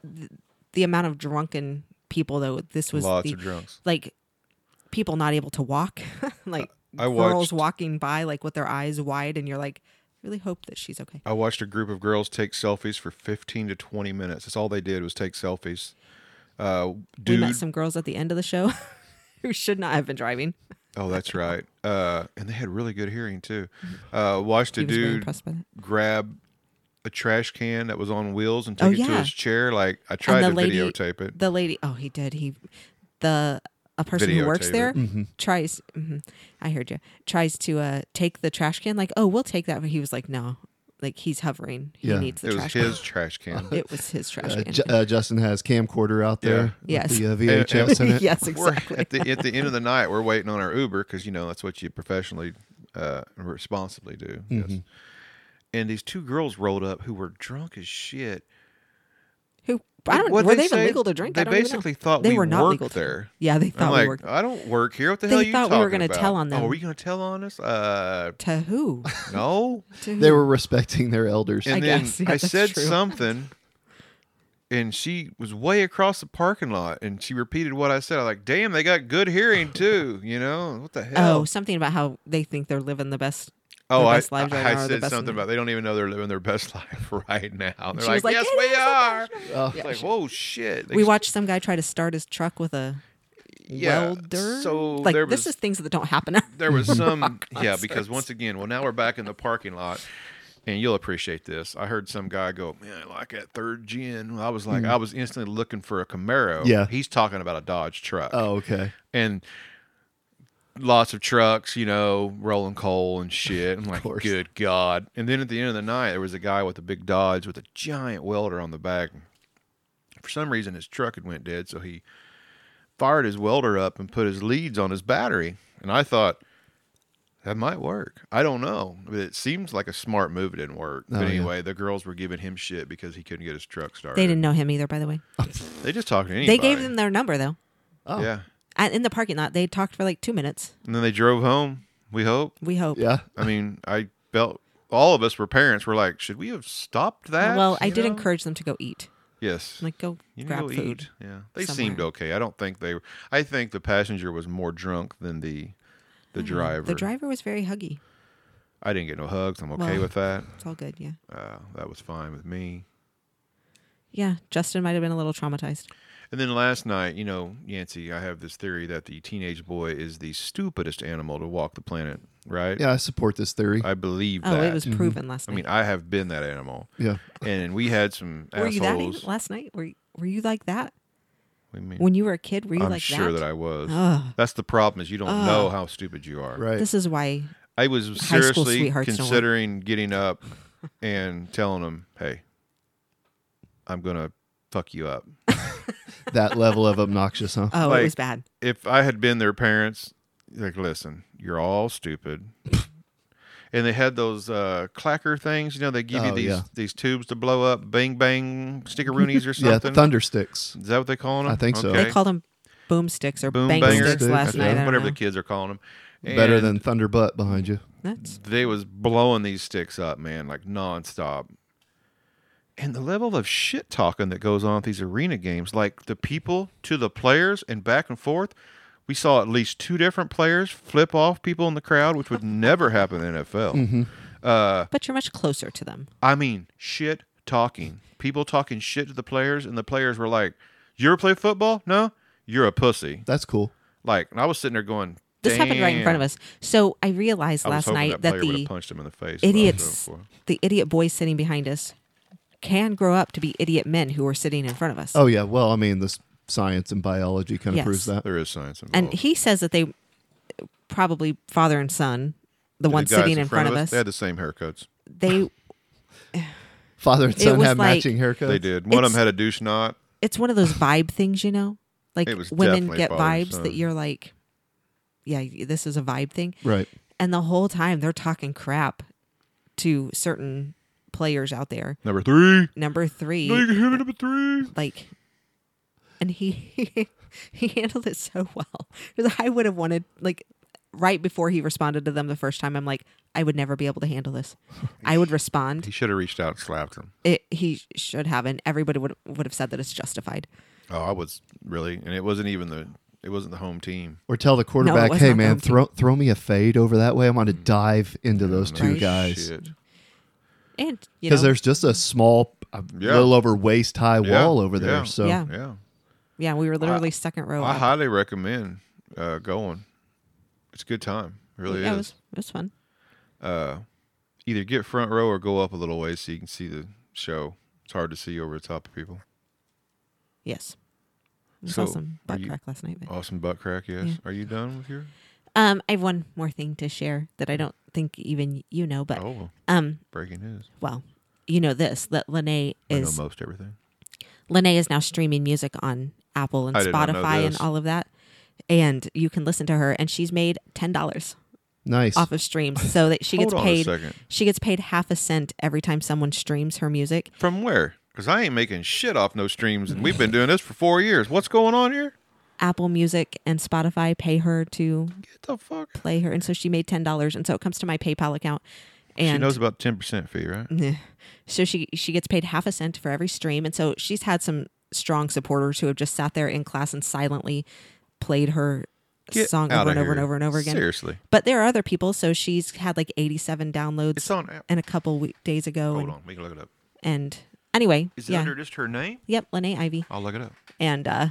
[SPEAKER 3] the, the amount of drunken people though. This was
[SPEAKER 2] Lots
[SPEAKER 3] the,
[SPEAKER 2] of drunks.
[SPEAKER 3] like people not able to walk, like
[SPEAKER 2] I watched-
[SPEAKER 3] girls walking by like with their eyes wide, and you're like, really hope that she's okay.
[SPEAKER 2] I watched a group of girls take selfies for 15 to 20 minutes. That's all they did was take selfies. Uh,
[SPEAKER 3] We met
[SPEAKER 2] dude,
[SPEAKER 3] some girls at the end of the show who should not have been driving.
[SPEAKER 2] Oh, that's right. Uh, and they had really good hearing too. Uh, watched a
[SPEAKER 3] Mm-hmm. He was very
[SPEAKER 2] dude
[SPEAKER 3] impressed by that.
[SPEAKER 2] grab a trash can that was on wheels and
[SPEAKER 3] Oh,
[SPEAKER 2] take it to
[SPEAKER 3] yeah.
[SPEAKER 2] his chair. Like I tried to
[SPEAKER 3] and the lady,
[SPEAKER 2] videotape it.
[SPEAKER 3] The lady, oh, he did. He, the a person who works
[SPEAKER 2] Videotape
[SPEAKER 3] there
[SPEAKER 2] it. Mm-hmm.
[SPEAKER 3] tries. mhm, I heard you. Tries to uh, take the trash can. Like, oh, we'll take that. But he was like, no. Like he's hovering. He
[SPEAKER 4] Yeah.
[SPEAKER 3] needs the
[SPEAKER 2] It was
[SPEAKER 3] trash
[SPEAKER 2] his trash can.
[SPEAKER 3] can. It was his trash
[SPEAKER 4] uh,
[SPEAKER 3] can.
[SPEAKER 4] Ju- uh, Justin has camcorder out
[SPEAKER 2] Yeah.
[SPEAKER 4] there.
[SPEAKER 3] Yes.
[SPEAKER 4] with the uh, VHS in it.
[SPEAKER 3] yes,
[SPEAKER 2] We're-
[SPEAKER 3] exactly.
[SPEAKER 2] at the at the end of the night, we're waiting on our Uber because you know that's what you professionally uh, and responsibly do. Yes.
[SPEAKER 3] Mm-hmm.
[SPEAKER 2] And these two girls rolled up who were drunk as shit.
[SPEAKER 3] Who I don't.
[SPEAKER 2] What'd
[SPEAKER 3] Were
[SPEAKER 2] they
[SPEAKER 3] they even
[SPEAKER 2] say?
[SPEAKER 3] legal to drink?
[SPEAKER 2] They
[SPEAKER 3] I don't even know.
[SPEAKER 2] basically thought
[SPEAKER 3] they
[SPEAKER 2] we
[SPEAKER 3] were not
[SPEAKER 2] worked
[SPEAKER 3] legal to-
[SPEAKER 2] there.
[SPEAKER 3] Yeah, they
[SPEAKER 2] I'm
[SPEAKER 3] thought we
[SPEAKER 2] like,
[SPEAKER 3] worked
[SPEAKER 2] I don't work here. What the
[SPEAKER 3] They
[SPEAKER 2] hell are you
[SPEAKER 3] thought we were
[SPEAKER 2] going
[SPEAKER 3] gonna
[SPEAKER 2] to
[SPEAKER 3] tell on them.
[SPEAKER 2] Oh, were you going to tell on us? Uh,
[SPEAKER 3] to who?
[SPEAKER 2] no.
[SPEAKER 3] To who?
[SPEAKER 4] They were respecting their elders.
[SPEAKER 2] And
[SPEAKER 3] I
[SPEAKER 2] then
[SPEAKER 3] guess, yeah,
[SPEAKER 2] I
[SPEAKER 3] that's
[SPEAKER 2] said
[SPEAKER 3] true.
[SPEAKER 2] something, and she was way across the parking lot, and she repeated what I said. I'm like, damn, they got good hearing too. You know what the
[SPEAKER 3] Oh,
[SPEAKER 2] hell?
[SPEAKER 3] something about how they think they're living the best.
[SPEAKER 2] Oh,
[SPEAKER 3] their
[SPEAKER 2] I,
[SPEAKER 3] best lives right
[SPEAKER 2] I
[SPEAKER 3] now are the
[SPEAKER 2] said
[SPEAKER 3] best
[SPEAKER 2] something
[SPEAKER 3] in-
[SPEAKER 2] about they don't even know they're living their best life right now. They're
[SPEAKER 3] she
[SPEAKER 2] like,
[SPEAKER 3] was like,
[SPEAKER 2] yes,
[SPEAKER 3] "It
[SPEAKER 2] we
[SPEAKER 3] is the
[SPEAKER 2] are.
[SPEAKER 4] Oh.
[SPEAKER 2] It's like, whoa, shit. They
[SPEAKER 3] We
[SPEAKER 2] just-
[SPEAKER 3] watched some guy try to start his truck with a
[SPEAKER 2] yeah,
[SPEAKER 3] welder.
[SPEAKER 2] So
[SPEAKER 3] like
[SPEAKER 2] there
[SPEAKER 3] this
[SPEAKER 2] was
[SPEAKER 3] is things that don't happen.
[SPEAKER 2] there
[SPEAKER 4] Oh
[SPEAKER 2] was some yeah because
[SPEAKER 3] concerts.
[SPEAKER 2] once again well now we're back in the parking lot and you'll appreciate this i heard some guy go man I like that third gen i was like i was instantly looking for a camaro
[SPEAKER 4] Hmm. Yeah.
[SPEAKER 2] he's talking about a dodge truck
[SPEAKER 4] Oh, okay.
[SPEAKER 2] and lots of trucks you know rolling coal and shit i'm like
[SPEAKER 4] course.
[SPEAKER 2] good god and then at the end of the night there was a guy with a big dodge with a giant welder on the back for some reason his truck had went dead so he fired his welder up and put his leads on his battery and i thought that might work i don't know but it seems like a smart move it didn't work but
[SPEAKER 4] Oh, yeah.
[SPEAKER 2] anyway the girls were giving him shit because he couldn't get his truck started
[SPEAKER 3] They didn't know him either, by the way.
[SPEAKER 2] they just talked to anybody
[SPEAKER 3] They gave them their number though.
[SPEAKER 4] Oh.
[SPEAKER 2] yeah
[SPEAKER 3] At, in the parking lot, they talked for like two minutes.
[SPEAKER 2] and then they drove home we hope
[SPEAKER 3] We hope.
[SPEAKER 4] Yeah.
[SPEAKER 2] I mean, I felt all of us were parents. Were like, should we have stopped that?
[SPEAKER 3] Well, I
[SPEAKER 2] You
[SPEAKER 3] did
[SPEAKER 2] know?
[SPEAKER 3] encourage them to go eat.
[SPEAKER 2] Yes,
[SPEAKER 3] Like go
[SPEAKER 2] You need to
[SPEAKER 3] grab
[SPEAKER 2] go
[SPEAKER 3] food.
[SPEAKER 2] eat. Yeah, they
[SPEAKER 3] somewhere.
[SPEAKER 2] seemed okay. I don't think they were. I think the passenger was more drunk than the the driver.
[SPEAKER 3] Mm-hmm. The driver was very huggy.
[SPEAKER 2] I didn't get no hugs. I'm okay
[SPEAKER 3] Well.
[SPEAKER 2] with that.
[SPEAKER 3] It's all good. Yeah.
[SPEAKER 2] Uh, that was fine with me.
[SPEAKER 3] Yeah. Justin might have been a little traumatized.
[SPEAKER 2] And then last night, you know, Yancy, I have this theory that the teenage boy is the stupidest animal to walk the planet. Right?
[SPEAKER 4] Yeah, I support this theory.
[SPEAKER 2] I believe
[SPEAKER 3] Oh,
[SPEAKER 2] that.
[SPEAKER 3] it was proven last
[SPEAKER 2] I
[SPEAKER 3] night.
[SPEAKER 2] mean, I have been that animal.
[SPEAKER 4] yeah.
[SPEAKER 2] And we had some
[SPEAKER 3] were
[SPEAKER 2] assholes.
[SPEAKER 3] you that even last night? Were you, were you like that
[SPEAKER 2] What do you mean?
[SPEAKER 3] when you were a kid? Were you
[SPEAKER 2] I'm
[SPEAKER 3] like
[SPEAKER 2] sure that,
[SPEAKER 3] that?
[SPEAKER 2] I was.
[SPEAKER 3] Ugh.
[SPEAKER 2] That's the problem is you don't know how stupid you are.
[SPEAKER 4] Right.
[SPEAKER 3] This is why
[SPEAKER 2] I was
[SPEAKER 3] school
[SPEAKER 2] seriously
[SPEAKER 3] sweethearts don't want-
[SPEAKER 2] considering getting up and telling them, "Hey, I'm gonna fuck you up."
[SPEAKER 4] that level of obnoxious, huh?
[SPEAKER 3] Oh,
[SPEAKER 2] Like-
[SPEAKER 3] it was bad.
[SPEAKER 2] if I had been their parents, like, listen, you're all stupid. and they had those uh, clacker things, you know, they give you
[SPEAKER 4] Oh,
[SPEAKER 2] these
[SPEAKER 4] yeah.
[SPEAKER 2] these tubes to blow up, bang bang stickeroonies or
[SPEAKER 4] yeah,
[SPEAKER 2] something.
[SPEAKER 4] thunder sticks.
[SPEAKER 2] Is that what they call them?
[SPEAKER 4] I think so.
[SPEAKER 3] They called them boomsticks or
[SPEAKER 2] boom
[SPEAKER 3] bang
[SPEAKER 2] bangers,
[SPEAKER 3] sticks last
[SPEAKER 2] that's
[SPEAKER 3] night.
[SPEAKER 2] right,
[SPEAKER 3] I don't
[SPEAKER 2] whatever
[SPEAKER 3] know.
[SPEAKER 2] the kids are calling them.
[SPEAKER 4] Better than thunder butt behind you.
[SPEAKER 3] That's
[SPEAKER 2] they was blowing these sticks up, man, like nonstop. And the level of shit talking that goes on at these arena games, like the people to the players and back and forth. We saw at least two different players flip off people in the crowd, which would never happen in the NFL. uh,
[SPEAKER 3] but you're much closer to them.
[SPEAKER 2] I mean, shit talking. People talking shit to the players, and the players were like, "You ever play football? No, you're a pussy."
[SPEAKER 4] That's cool.
[SPEAKER 2] Like, and I was sitting there going,
[SPEAKER 3] This happened right in front of
[SPEAKER 2] "Damn."
[SPEAKER 3] us. So I realized
[SPEAKER 2] I was
[SPEAKER 3] last
[SPEAKER 2] hoping
[SPEAKER 3] night
[SPEAKER 2] that
[SPEAKER 3] that,
[SPEAKER 2] player would
[SPEAKER 3] the
[SPEAKER 2] have punched him in the face. but I was
[SPEAKER 3] idiots,
[SPEAKER 2] hoping for-
[SPEAKER 3] the idiot boys sitting behind us, can grow up to be idiot men who are sitting in front of us.
[SPEAKER 4] Oh yeah. Well, I mean, this science and biology kind of
[SPEAKER 3] Yes.
[SPEAKER 4] proves that.
[SPEAKER 2] There is science involved.
[SPEAKER 3] and he says that they probably father and son, the one
[SPEAKER 2] the guys
[SPEAKER 3] sitting in front of us,
[SPEAKER 2] They had the same haircuts.
[SPEAKER 3] they
[SPEAKER 4] Father and
[SPEAKER 3] It
[SPEAKER 4] son
[SPEAKER 3] was
[SPEAKER 4] have
[SPEAKER 3] like-
[SPEAKER 4] matching haircuts.
[SPEAKER 2] They did. One of
[SPEAKER 3] It's-
[SPEAKER 2] them had a douche knot.
[SPEAKER 3] it's one of those vibe things, you know? Like
[SPEAKER 2] It was
[SPEAKER 3] women
[SPEAKER 2] definitely
[SPEAKER 3] get
[SPEAKER 2] father and
[SPEAKER 3] vibes
[SPEAKER 2] son.
[SPEAKER 3] that you're like, yeah, this is a vibe thing.
[SPEAKER 4] Right.
[SPEAKER 3] And the whole time they're talking crap to certain players out there.
[SPEAKER 2] Number three.
[SPEAKER 3] Number three,
[SPEAKER 2] No, you can hear me, number three.
[SPEAKER 3] like, and he he handled it so well because I would have wanted like right before he responded to them the first time. I'm like, I would never be able to handle this. I would
[SPEAKER 2] He
[SPEAKER 3] respond.
[SPEAKER 2] should have reached out and slapped him.
[SPEAKER 3] It, he should have, and everybody would would have said that it's justified.
[SPEAKER 2] Oh, I was really, and it wasn't even the, it wasn't the home team.
[SPEAKER 4] Or tell the quarterback,
[SPEAKER 3] was
[SPEAKER 4] hey
[SPEAKER 3] not
[SPEAKER 4] man,
[SPEAKER 3] going to.
[SPEAKER 4] throw throw me a fade over that way. I'm going to dive into those two
[SPEAKER 3] Right.
[SPEAKER 4] guys
[SPEAKER 2] Mm. Shit.
[SPEAKER 3] And you know,
[SPEAKER 4] because there's just a small, a
[SPEAKER 2] Yeah.
[SPEAKER 4] little over waist high
[SPEAKER 2] Yeah,
[SPEAKER 4] wall over there.
[SPEAKER 2] yeah.
[SPEAKER 4] So
[SPEAKER 3] Yeah.
[SPEAKER 2] Yeah,
[SPEAKER 3] yeah, we were literally second row.
[SPEAKER 2] I
[SPEAKER 3] up.
[SPEAKER 2] highly recommend uh, going. It's a good time. It really is.
[SPEAKER 3] yeah, it was it was fun.
[SPEAKER 2] Either get front row or go up a little ways so you can see the show. It's hard to see over the top of people.
[SPEAKER 3] Yes, it was
[SPEAKER 2] So,
[SPEAKER 3] awesome.
[SPEAKER 2] are
[SPEAKER 3] Butt
[SPEAKER 2] you- Oh.
[SPEAKER 3] crack last night. but-
[SPEAKER 2] Awesome butt crack. Yes.
[SPEAKER 3] Yeah.
[SPEAKER 2] Are you done with your?
[SPEAKER 3] Um, I have one more thing to share that I don't think even you know, but
[SPEAKER 2] Oh,
[SPEAKER 3] um,
[SPEAKER 2] breaking news.
[SPEAKER 3] well, you know this that Lene
[SPEAKER 2] I know
[SPEAKER 3] is
[SPEAKER 2] most everything.
[SPEAKER 3] Lene is now streaming music on Apple and
[SPEAKER 2] I did not know
[SPEAKER 3] Spotify and
[SPEAKER 2] this.
[SPEAKER 3] all of that, and you can listen to her. And she's made ten dollars
[SPEAKER 4] nice.
[SPEAKER 3] off of streams, so that she
[SPEAKER 2] Hold
[SPEAKER 3] gets
[SPEAKER 2] on a
[SPEAKER 3] paid.
[SPEAKER 2] second.
[SPEAKER 3] She gets paid half a cent every time someone streams her music.
[SPEAKER 2] From where? Because I ain't making shit off no streams, and we've been doing this for four years. What's going on here?
[SPEAKER 3] Apple Music and Spotify pay her to
[SPEAKER 2] Get the fuck.
[SPEAKER 3] play her, and so she made ten dollars, and so it comes to my PayPal account. And
[SPEAKER 2] she knows about ten percent fee, right?
[SPEAKER 3] so she she gets paid half a cent for every stream and so she's had some strong supporters who have just sat there in class and silently played her
[SPEAKER 2] Get
[SPEAKER 3] song
[SPEAKER 2] outta
[SPEAKER 3] over and over
[SPEAKER 2] here.
[SPEAKER 3] and over and over again
[SPEAKER 2] Seriously,
[SPEAKER 3] but there are other people so she's had like 87 downloads
[SPEAKER 2] it's on. App.
[SPEAKER 3] and a couple we- days ago
[SPEAKER 2] Hold
[SPEAKER 3] and,
[SPEAKER 2] on, we can look it up.
[SPEAKER 3] and anyway
[SPEAKER 2] Is it
[SPEAKER 3] yeah
[SPEAKER 2] under just her name?
[SPEAKER 3] yep Lene Ivy
[SPEAKER 2] I'll look it up.
[SPEAKER 3] and uh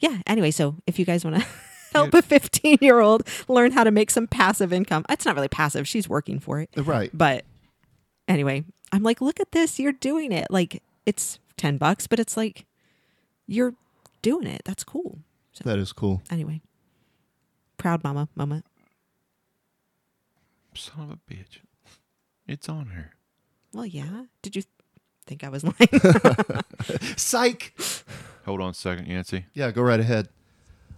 [SPEAKER 3] yeah anyway so if you guys want to help a 15 year old learn how to make some passive income it's not really passive she's working for it
[SPEAKER 4] Uh, right.
[SPEAKER 3] but anyway, I'm like, look at this. You're doing it. Like it's 10 bucks, but it's like you're doing it. That's cool. So
[SPEAKER 4] That is cool.
[SPEAKER 3] anyway, proud mama moment.
[SPEAKER 2] Son of a bitch, it's on her.
[SPEAKER 3] Well, yeah. Did you think I was lying?
[SPEAKER 4] Psych.
[SPEAKER 2] Hold on a second, Yancy.
[SPEAKER 4] Yeah, go right ahead.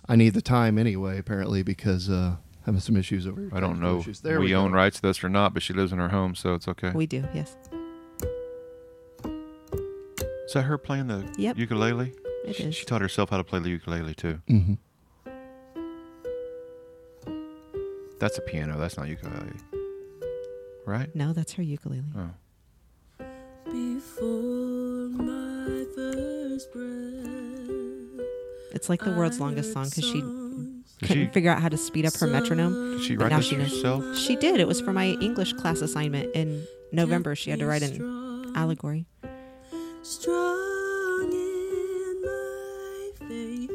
[SPEAKER 4] I need the time anyway, apparently, because uh, having some issues over. here.
[SPEAKER 2] I don't
[SPEAKER 4] Technical
[SPEAKER 2] know
[SPEAKER 4] Issues.
[SPEAKER 2] if
[SPEAKER 4] There
[SPEAKER 2] we,
[SPEAKER 4] we, go.
[SPEAKER 2] own rights to this or not, but she lives in her home, so it's okay.
[SPEAKER 3] we do. Yes.
[SPEAKER 2] Is that her playing the
[SPEAKER 3] Yep.
[SPEAKER 2] ukulele?
[SPEAKER 3] It
[SPEAKER 2] she,
[SPEAKER 3] is.
[SPEAKER 2] she taught herself how to play the ukulele too.
[SPEAKER 4] Mhm.
[SPEAKER 2] That's a piano. That's not ukulele, right?
[SPEAKER 3] No, that's her ukulele.
[SPEAKER 2] Oh.
[SPEAKER 7] Before my first breath,
[SPEAKER 3] It's like the world's longest song because she
[SPEAKER 2] Did
[SPEAKER 3] couldn't
[SPEAKER 2] she-
[SPEAKER 3] figure out how to speed up her metronome.
[SPEAKER 2] Did she
[SPEAKER 3] but
[SPEAKER 2] write
[SPEAKER 3] now
[SPEAKER 2] this
[SPEAKER 3] she knows.
[SPEAKER 2] herself?
[SPEAKER 3] She did. It was for my English class assignment in November. She had to write an allegory.
[SPEAKER 7] strong in my faith.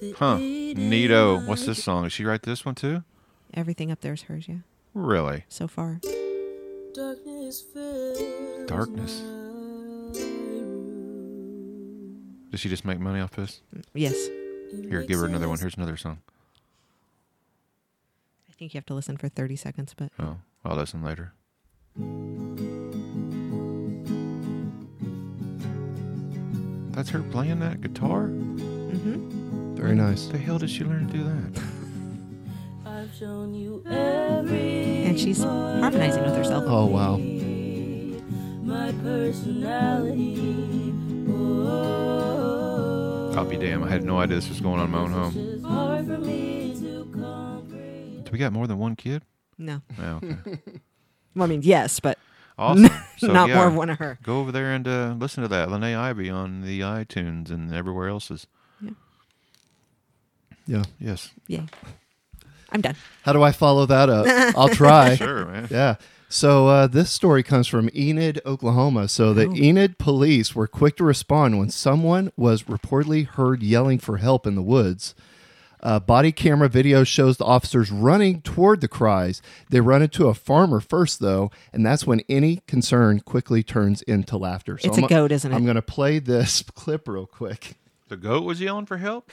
[SPEAKER 7] that
[SPEAKER 2] Huh.
[SPEAKER 7] it
[SPEAKER 2] Neato.
[SPEAKER 7] is
[SPEAKER 2] What's this song? Did she write this one too?
[SPEAKER 3] Everything up there is hers. Yeah.
[SPEAKER 2] Really?
[SPEAKER 3] So far.
[SPEAKER 7] Darkness fills
[SPEAKER 2] Darkness.
[SPEAKER 7] my room.
[SPEAKER 2] Did she just make money off this?
[SPEAKER 3] Yes.
[SPEAKER 7] It
[SPEAKER 2] Here, give her
[SPEAKER 7] makes
[SPEAKER 2] another one.
[SPEAKER 7] us
[SPEAKER 2] Here's another song.
[SPEAKER 3] I think you have to listen for 30 seconds, but
[SPEAKER 2] Oh, I'll listen later. That's her playing that guitar?
[SPEAKER 4] Very nice.
[SPEAKER 2] The hell did she learn to do that?
[SPEAKER 7] I've shown you every
[SPEAKER 3] And she's harmonizing with herself.
[SPEAKER 4] Oh wow.
[SPEAKER 7] my personality. Oh,
[SPEAKER 2] I'll be damn. I had no idea this was going on in my own home.
[SPEAKER 7] it's hard for me to comprehend.
[SPEAKER 2] Do we got more than one kid?
[SPEAKER 3] No.
[SPEAKER 2] Oh, okay.
[SPEAKER 3] Well, I mean, yes, but
[SPEAKER 2] Awesome. So,
[SPEAKER 3] not
[SPEAKER 2] yeah,
[SPEAKER 3] more of one of her.
[SPEAKER 2] Go over there and uh, listen to that. Lene Ivy on the iTunes and everywhere else's.
[SPEAKER 4] Yeah.
[SPEAKER 2] Yes.
[SPEAKER 3] Yeah. I'm done.
[SPEAKER 4] How do I follow that up? I'll try.
[SPEAKER 2] Sure, man.
[SPEAKER 4] Yeah. So uh, this story comes from Enid, Oklahoma. So
[SPEAKER 3] Oh.
[SPEAKER 4] the Enid police were quick to respond when someone was reportedly heard yelling for help in the woods. Uh, body camera video shows the officers running toward the cries. They run into a farmer first, though, and that's when any concern quickly turns into laughter. So
[SPEAKER 3] It's a
[SPEAKER 4] I'm-
[SPEAKER 3] goat, isn't it?
[SPEAKER 4] I'm going to play this clip real quick.
[SPEAKER 2] The goat was yelling for help?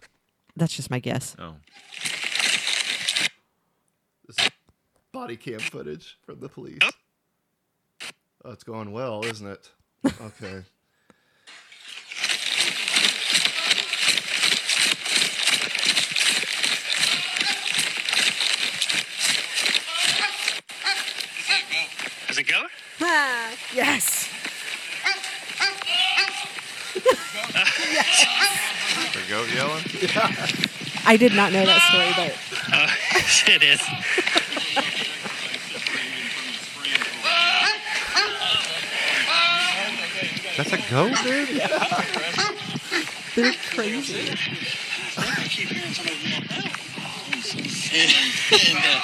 [SPEAKER 3] That's just my guess.
[SPEAKER 2] Oh.
[SPEAKER 4] This is body cam footage from the police. Oh, it's going well, isn't it? Okay.
[SPEAKER 8] Is it goat?
[SPEAKER 3] Ah, yes.
[SPEAKER 2] The goat yelling?
[SPEAKER 3] I did not know that story, but
[SPEAKER 8] it is.
[SPEAKER 2] That's a goat, dude?
[SPEAKER 3] they're crazy.
[SPEAKER 8] and, uh,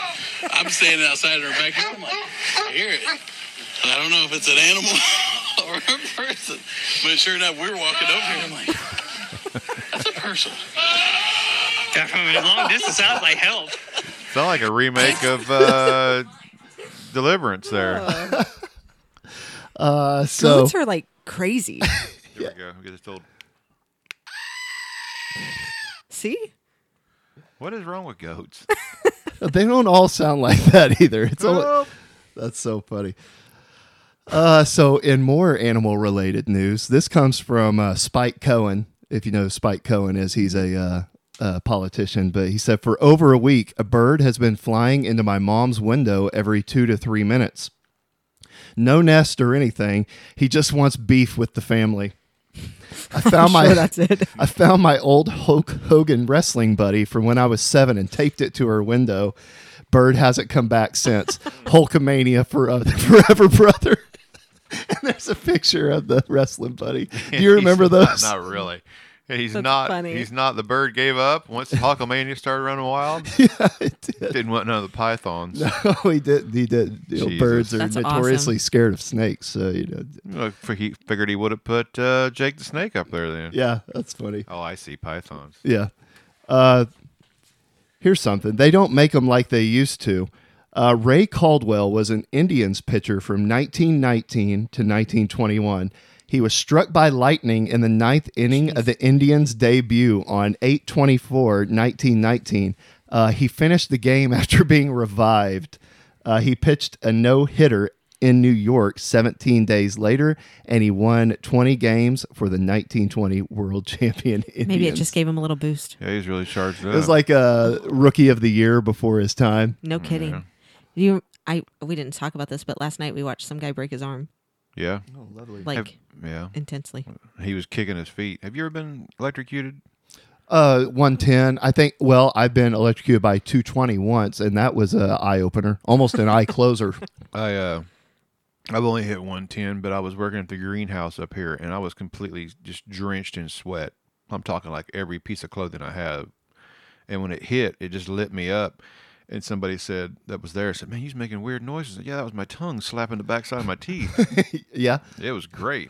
[SPEAKER 8] I'm standing outside her back. I'm like, I hear it. And I don't know if it's an animal or a person. But sure enough, we were walking over here. I'm like, that's a person. Yeah, from a long distance out, like, help.
[SPEAKER 2] Sound like a remake of uh, Deliverance there.
[SPEAKER 4] Uh, so
[SPEAKER 3] Goats are like crazy.
[SPEAKER 2] Here we go. We get this told.
[SPEAKER 3] See?
[SPEAKER 2] What is wrong with goats?
[SPEAKER 4] they don't all sound like that either. It's only,
[SPEAKER 2] Help.
[SPEAKER 4] that's so funny. Uh, so in more animal related news, this comes from uh, Spike Cohen. If you know who Spike Cohen is, he's a uh, uh, politician, but he said for over a week, a bird has been flying into my mom's window every two to three minutes. No nest or anything. He just wants beef with the family. I found my
[SPEAKER 3] Sure, that's it.
[SPEAKER 4] I found my old Hulk Hogan wrestling buddy from when I was seven and taped it to her window. Bird hasn't come back since. Hulkamania for uh, forever, brother. and there's a picture of the wrestling buddy. Do you remember
[SPEAKER 2] He's not-
[SPEAKER 4] those?
[SPEAKER 2] Not really. He's
[SPEAKER 3] That's
[SPEAKER 2] not.
[SPEAKER 3] funny.
[SPEAKER 2] He's not. The bird gave up once Hawkmania started running wild.
[SPEAKER 4] yeah, it did.
[SPEAKER 2] Didn't want none of the pythons.
[SPEAKER 4] No, he did. He did. You know,
[SPEAKER 2] Jesus.
[SPEAKER 4] birds are
[SPEAKER 3] That's
[SPEAKER 4] notoriously
[SPEAKER 3] awesome.
[SPEAKER 4] scared of snakes, so you know.
[SPEAKER 2] Look, for- He figured he would have put uh, Jake the Snake up there then.
[SPEAKER 4] Yeah, that's funny.
[SPEAKER 2] Oh, I see pythons.
[SPEAKER 4] Yeah. Uh, here's something. They don't make them like they used to. Uh, Ray Caldwell was an Indians pitcher from 1919 to 1921. He was struck by lightning in the ninth inning of the Indians' debut on 824 1919. Uh, he finished the game after being revived. Uh, he pitched a no hitter in New York 17 days later, and he won 20 games for the 1920 World Champion Indians.
[SPEAKER 3] Maybe it just gave him a little boost.
[SPEAKER 2] Yeah, he's really charged up.
[SPEAKER 4] It was like a rookie of the year before his time.
[SPEAKER 3] No kidding. You I we didn't talk about this, but last night we watched some guy break his arm
[SPEAKER 2] yeah,
[SPEAKER 4] Oh, lovely.
[SPEAKER 3] like
[SPEAKER 2] Have- yeah.
[SPEAKER 3] intensely.
[SPEAKER 2] He was kicking his feet. Have you ever been electrocuted?
[SPEAKER 4] Uh, 110. I think, well, I've been electrocuted by 220 once, and that was a eye opener, almost an eye closer.
[SPEAKER 2] I uh I've only hit 110, but I was working at the greenhouse up here and I was completely just drenched in sweat. I'm talking like every piece of clothing I have. And when it hit, it just lit me up. And somebody said that was there. Said, "Man, he's making weird noises." Yeah, that was my tongue slapping the backside of my teeth.
[SPEAKER 4] yeah.
[SPEAKER 2] it was great.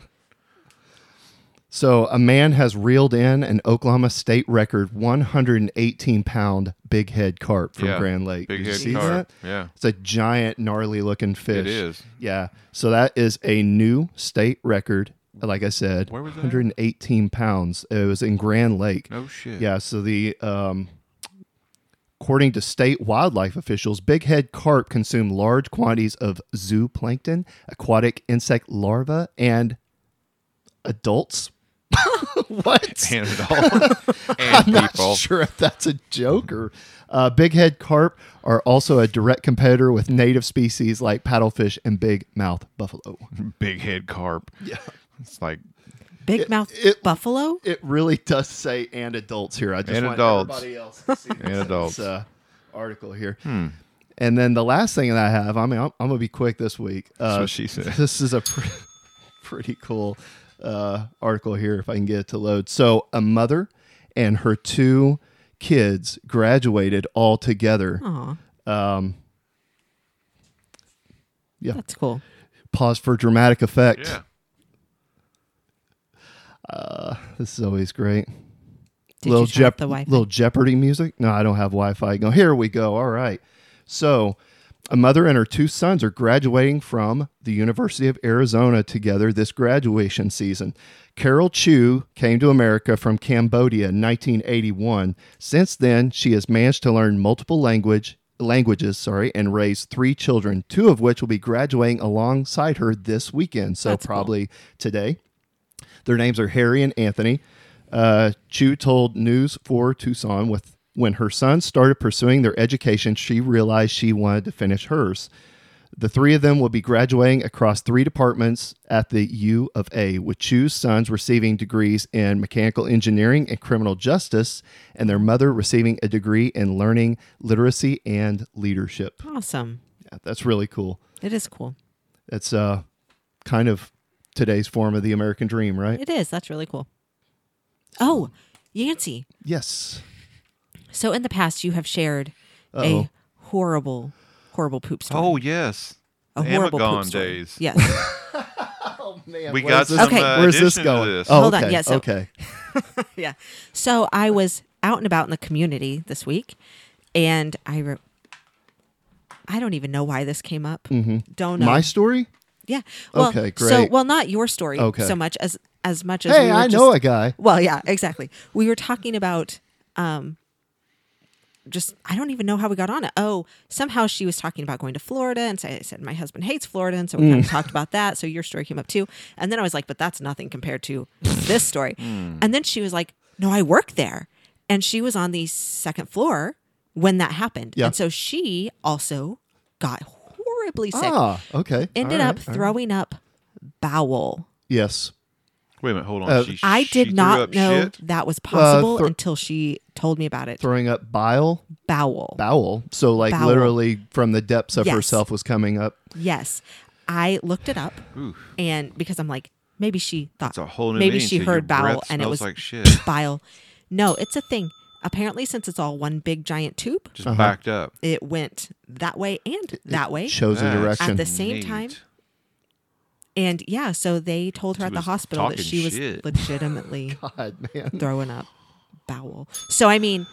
[SPEAKER 4] So a man has reeled in an Oklahoma state record 118 pound big head carp from
[SPEAKER 2] yeah,
[SPEAKER 4] Grand Lake.
[SPEAKER 2] Big
[SPEAKER 4] Did you
[SPEAKER 2] head
[SPEAKER 4] see
[SPEAKER 2] carp.
[SPEAKER 4] that?
[SPEAKER 2] Yeah,
[SPEAKER 4] It's a giant, gnarly looking fish.
[SPEAKER 2] it is.
[SPEAKER 4] Yeah. So that is a new state record. Like I said,
[SPEAKER 2] Where was that?
[SPEAKER 4] 118 pounds. It was in Grand Lake.
[SPEAKER 2] No shit.
[SPEAKER 4] Yeah. So the um, according to state wildlife officials, bighead carp consume large quantities of zooplankton, aquatic insect larvae, and adults. what?
[SPEAKER 2] and it all and
[SPEAKER 4] I'm not
[SPEAKER 2] people.
[SPEAKER 4] sure if that's a joke or uh, big head carp are also a direct competitor with native species like paddlefish and big mouth buffalo.
[SPEAKER 2] Big head carp. Yeah. It's like
[SPEAKER 3] Big mouth
[SPEAKER 4] it-
[SPEAKER 3] buffalo?
[SPEAKER 4] It really does say and adults here. I just
[SPEAKER 2] And
[SPEAKER 4] want
[SPEAKER 2] adults.
[SPEAKER 4] everybody else to see this,
[SPEAKER 2] And adults. Hmm.
[SPEAKER 4] uh, article here. And then the last thing that I have, I mean, I'm, I'm gonna be quick this week. Uh,
[SPEAKER 2] what she said.
[SPEAKER 4] This is a pre- pretty cool uh, article here, if I can get it to load. So, a mother and her two kids graduated all together.
[SPEAKER 3] Aw,
[SPEAKER 4] Um,
[SPEAKER 3] that's cool.
[SPEAKER 4] pause for dramatic effect.
[SPEAKER 2] yeah.
[SPEAKER 4] This is always great.
[SPEAKER 3] Did
[SPEAKER 4] little
[SPEAKER 3] you turn up
[SPEAKER 4] Jeop-
[SPEAKER 3] the wife?
[SPEAKER 4] little Jeopardy music. No, I don't have Wi-Fi. Go here we go. All right. So, a mother and her two sons are graduating from the University of Arizona together this graduation season. Carol Chu came to America from Cambodia in 1981. Since then, she has managed to learn multiple language languages, sorry, and raise three children, two of which will be graduating alongside her this weekend. So
[SPEAKER 3] That's cool.
[SPEAKER 4] probably today. Their names are Harry and Anthony. Uh, Chu told News for Tucson with when her sons started pursuing their education, she realized she wanted to finish hers. The three of them will be graduating across three departments at the U of A, with Chu's sons receiving degrees in mechanical engineering and criminal justice, and their mother receiving a degree in learning literacy and leadership.
[SPEAKER 3] Awesome.
[SPEAKER 4] Yeah, that's really cool.
[SPEAKER 3] It is cool.
[SPEAKER 4] That's uh, kind of today's form of the American dream, right?
[SPEAKER 3] It is. That's really cool. Oh, Yancy.
[SPEAKER 4] yes.
[SPEAKER 3] So in the past, you have shared
[SPEAKER 4] Uh-oh.
[SPEAKER 3] a horrible, horrible poop story.
[SPEAKER 2] Oh yes.
[SPEAKER 3] a
[SPEAKER 2] the
[SPEAKER 3] horrible
[SPEAKER 2] Amagon
[SPEAKER 3] poop story.
[SPEAKER 2] days.
[SPEAKER 3] Yes.
[SPEAKER 4] Man,
[SPEAKER 2] We
[SPEAKER 4] where
[SPEAKER 2] got
[SPEAKER 4] is this-
[SPEAKER 2] some.
[SPEAKER 3] Okay.
[SPEAKER 2] Uh,
[SPEAKER 4] Where's this
[SPEAKER 2] addition to
[SPEAKER 4] going?
[SPEAKER 2] this.
[SPEAKER 4] Oh,
[SPEAKER 3] Hold on,
[SPEAKER 4] okay.
[SPEAKER 3] yeah, so-
[SPEAKER 4] okay.
[SPEAKER 3] yeah. So I was out and about in the community this week, and I, re- I don't even know why this came up. Don't know.
[SPEAKER 4] Mm-hmm. My story?
[SPEAKER 3] yeah. Well,
[SPEAKER 4] Okay,
[SPEAKER 3] So
[SPEAKER 4] great.
[SPEAKER 3] well, not your story
[SPEAKER 4] Okay.
[SPEAKER 3] so much as as much as
[SPEAKER 4] Hey,
[SPEAKER 3] we were
[SPEAKER 4] I know
[SPEAKER 3] just-
[SPEAKER 4] a guy.
[SPEAKER 3] Well, yeah, exactly. We were talking about um just I don't even know how we got on it. Oh, somehow she was talking about going to Florida and so I said my husband hates Florida and so we kind of talked about that. So your story came up too. And then I was like, but that's nothing compared to this story. And then she was like, "No, I work there." And she was on the second floor when that happened.
[SPEAKER 4] Yeah.
[SPEAKER 3] And so she also got horribly sick.
[SPEAKER 4] Ah, okay.
[SPEAKER 3] ended
[SPEAKER 4] All
[SPEAKER 3] up
[SPEAKER 4] right, all right.
[SPEAKER 3] throwing up bowel.
[SPEAKER 4] Yes.
[SPEAKER 2] Wait a minute. Hold on.
[SPEAKER 4] Uh,
[SPEAKER 2] she,
[SPEAKER 3] I
[SPEAKER 2] she
[SPEAKER 3] did
[SPEAKER 2] threw
[SPEAKER 3] not
[SPEAKER 2] up
[SPEAKER 3] know
[SPEAKER 2] Shit.
[SPEAKER 3] that was possible
[SPEAKER 4] thro-
[SPEAKER 3] until she told me about it.
[SPEAKER 4] Throwing up bile,
[SPEAKER 3] bowel.
[SPEAKER 4] bowel. So, like,
[SPEAKER 3] Bowel.
[SPEAKER 4] literally from the depths of
[SPEAKER 3] Yes.
[SPEAKER 4] herself was coming up.
[SPEAKER 3] yes, I looked it up,
[SPEAKER 2] Ooh.
[SPEAKER 3] and because I'm like, maybe she thought
[SPEAKER 2] It's a whole new
[SPEAKER 3] maybe
[SPEAKER 2] meaning
[SPEAKER 3] she
[SPEAKER 2] to your
[SPEAKER 3] heard bowel
[SPEAKER 2] breath
[SPEAKER 3] and it
[SPEAKER 2] smells
[SPEAKER 3] was
[SPEAKER 2] like shit.
[SPEAKER 3] bile. No, it's a thing. Apparently, since it's all one big giant tube,
[SPEAKER 2] Just
[SPEAKER 4] Uh-huh.
[SPEAKER 2] backed up.
[SPEAKER 3] it went that way and that way.
[SPEAKER 4] Chose a
[SPEAKER 2] That's
[SPEAKER 4] direction.
[SPEAKER 3] the same
[SPEAKER 2] neat.
[SPEAKER 3] time, And yeah, so they told her
[SPEAKER 2] She
[SPEAKER 3] at the
[SPEAKER 2] was
[SPEAKER 3] hospital that
[SPEAKER 2] talking
[SPEAKER 3] she was
[SPEAKER 2] shit.
[SPEAKER 3] legitimately
[SPEAKER 4] God, man.
[SPEAKER 3] throwing up bowel. So I mean,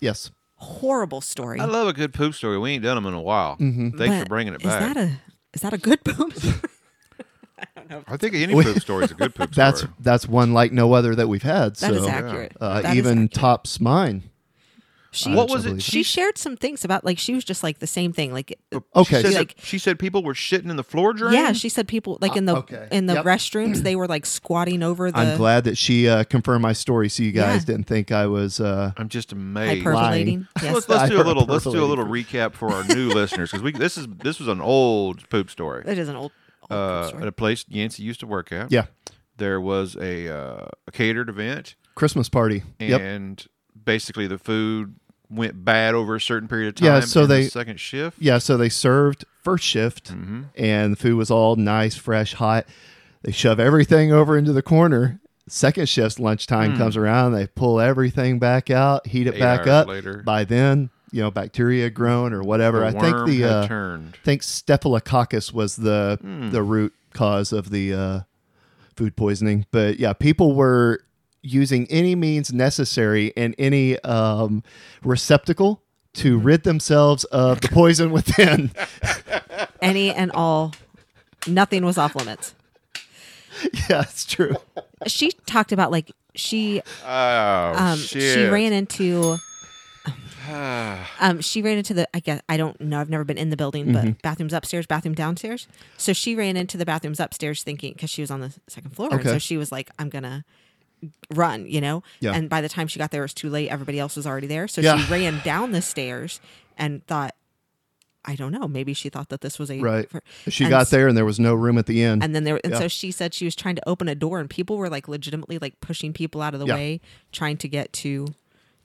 [SPEAKER 4] Yes.
[SPEAKER 3] horrible story.
[SPEAKER 2] I love a good poop story. We ain't done them in a while.
[SPEAKER 4] Mm-hmm.
[SPEAKER 2] Thanks for
[SPEAKER 3] But
[SPEAKER 2] bringing it
[SPEAKER 3] Is
[SPEAKER 2] back.
[SPEAKER 3] that a is that a good poop?
[SPEAKER 2] I think any poop story is a good poop
[SPEAKER 4] That's
[SPEAKER 2] story.
[SPEAKER 4] that's one like no other that we've had.
[SPEAKER 3] That
[SPEAKER 4] so,
[SPEAKER 3] is accurate.
[SPEAKER 4] uh,
[SPEAKER 3] That is
[SPEAKER 4] even
[SPEAKER 3] accurate.
[SPEAKER 4] tops mine.
[SPEAKER 3] she,
[SPEAKER 2] What
[SPEAKER 4] I
[SPEAKER 2] was it?
[SPEAKER 4] believe.
[SPEAKER 3] she shared some things about like she was just like the same thing like
[SPEAKER 4] Oh, Okay,
[SPEAKER 2] She said,
[SPEAKER 4] so-
[SPEAKER 2] that- she said people were shitting in the floor drain.
[SPEAKER 3] yeah she said people like in the
[SPEAKER 4] Uh, okay.
[SPEAKER 3] in the
[SPEAKER 4] Yep.
[SPEAKER 3] restrooms they were like squatting over the
[SPEAKER 4] I'm glad that she uh, confirmed my story so you guys
[SPEAKER 3] Yeah.
[SPEAKER 4] didn't think I was. Uh,
[SPEAKER 2] I'm just amazed.
[SPEAKER 3] hyperventilating yes
[SPEAKER 2] Let's, let's do a little. Let's do a
[SPEAKER 4] Hyperventilating.
[SPEAKER 2] little recap for our new listeners because we this is this was an old poop story.
[SPEAKER 3] it is an old, old
[SPEAKER 2] uh,
[SPEAKER 3] story.
[SPEAKER 2] at a place Yancey used to work at.
[SPEAKER 4] yeah.
[SPEAKER 2] There was a, uh, a catered event,
[SPEAKER 4] Christmas party. yep.
[SPEAKER 2] and basically the food went bad over a certain period of time.
[SPEAKER 4] Yeah, so
[SPEAKER 2] in the
[SPEAKER 4] they-
[SPEAKER 2] second shift. Mm-hmm.
[SPEAKER 4] Yeah, so they served first shift, and the food was all nice, fresh, hot. They shove everything over into the corner. Second shift's
[SPEAKER 2] Hmm.
[SPEAKER 4] lunchtime comes around. They pull everything back out, heat it
[SPEAKER 2] Eight
[SPEAKER 4] back
[SPEAKER 2] hours
[SPEAKER 4] up.
[SPEAKER 2] later.
[SPEAKER 4] By then, you know, bacteria had grown or whatever.
[SPEAKER 2] The
[SPEAKER 4] I think
[SPEAKER 2] worm
[SPEAKER 4] the
[SPEAKER 2] had
[SPEAKER 4] uh,
[SPEAKER 2] turned.
[SPEAKER 4] I think staphylococcus was the the root cause of the uh, food poisoning. But yeah, people were using any means necessary and any um, receptacle to rid themselves of the poison within.
[SPEAKER 3] any and all nothing was off limits
[SPEAKER 4] yeah, it's true.
[SPEAKER 3] she talked about like she
[SPEAKER 2] Oh
[SPEAKER 3] um
[SPEAKER 2] shit!
[SPEAKER 3] she ran into um she ran into the i guess i don't know i've never been in the building
[SPEAKER 4] Mm-hmm.
[SPEAKER 3] but bathrooms upstairs bathroom downstairs so she ran into the bathrooms upstairs thinking because she was on the second floor and
[SPEAKER 4] Okay.
[SPEAKER 3] so she was like i'm gonna run, you know?
[SPEAKER 4] Yeah.
[SPEAKER 3] And by the time she got there, it was too late. Everybody else was already there. So
[SPEAKER 4] Yeah.
[SPEAKER 3] she ran down the stairs and thought, I don't know. Maybe she thought that this was a.
[SPEAKER 4] Right.
[SPEAKER 3] for-
[SPEAKER 4] She
[SPEAKER 3] and
[SPEAKER 4] got
[SPEAKER 3] s-
[SPEAKER 4] there and there was no room at the end.
[SPEAKER 3] And then there, and
[SPEAKER 4] Yeah.
[SPEAKER 3] so she said she was trying to open a door, and people were like legitimately like pushing people out of the
[SPEAKER 4] Yeah.
[SPEAKER 3] way, trying to get to,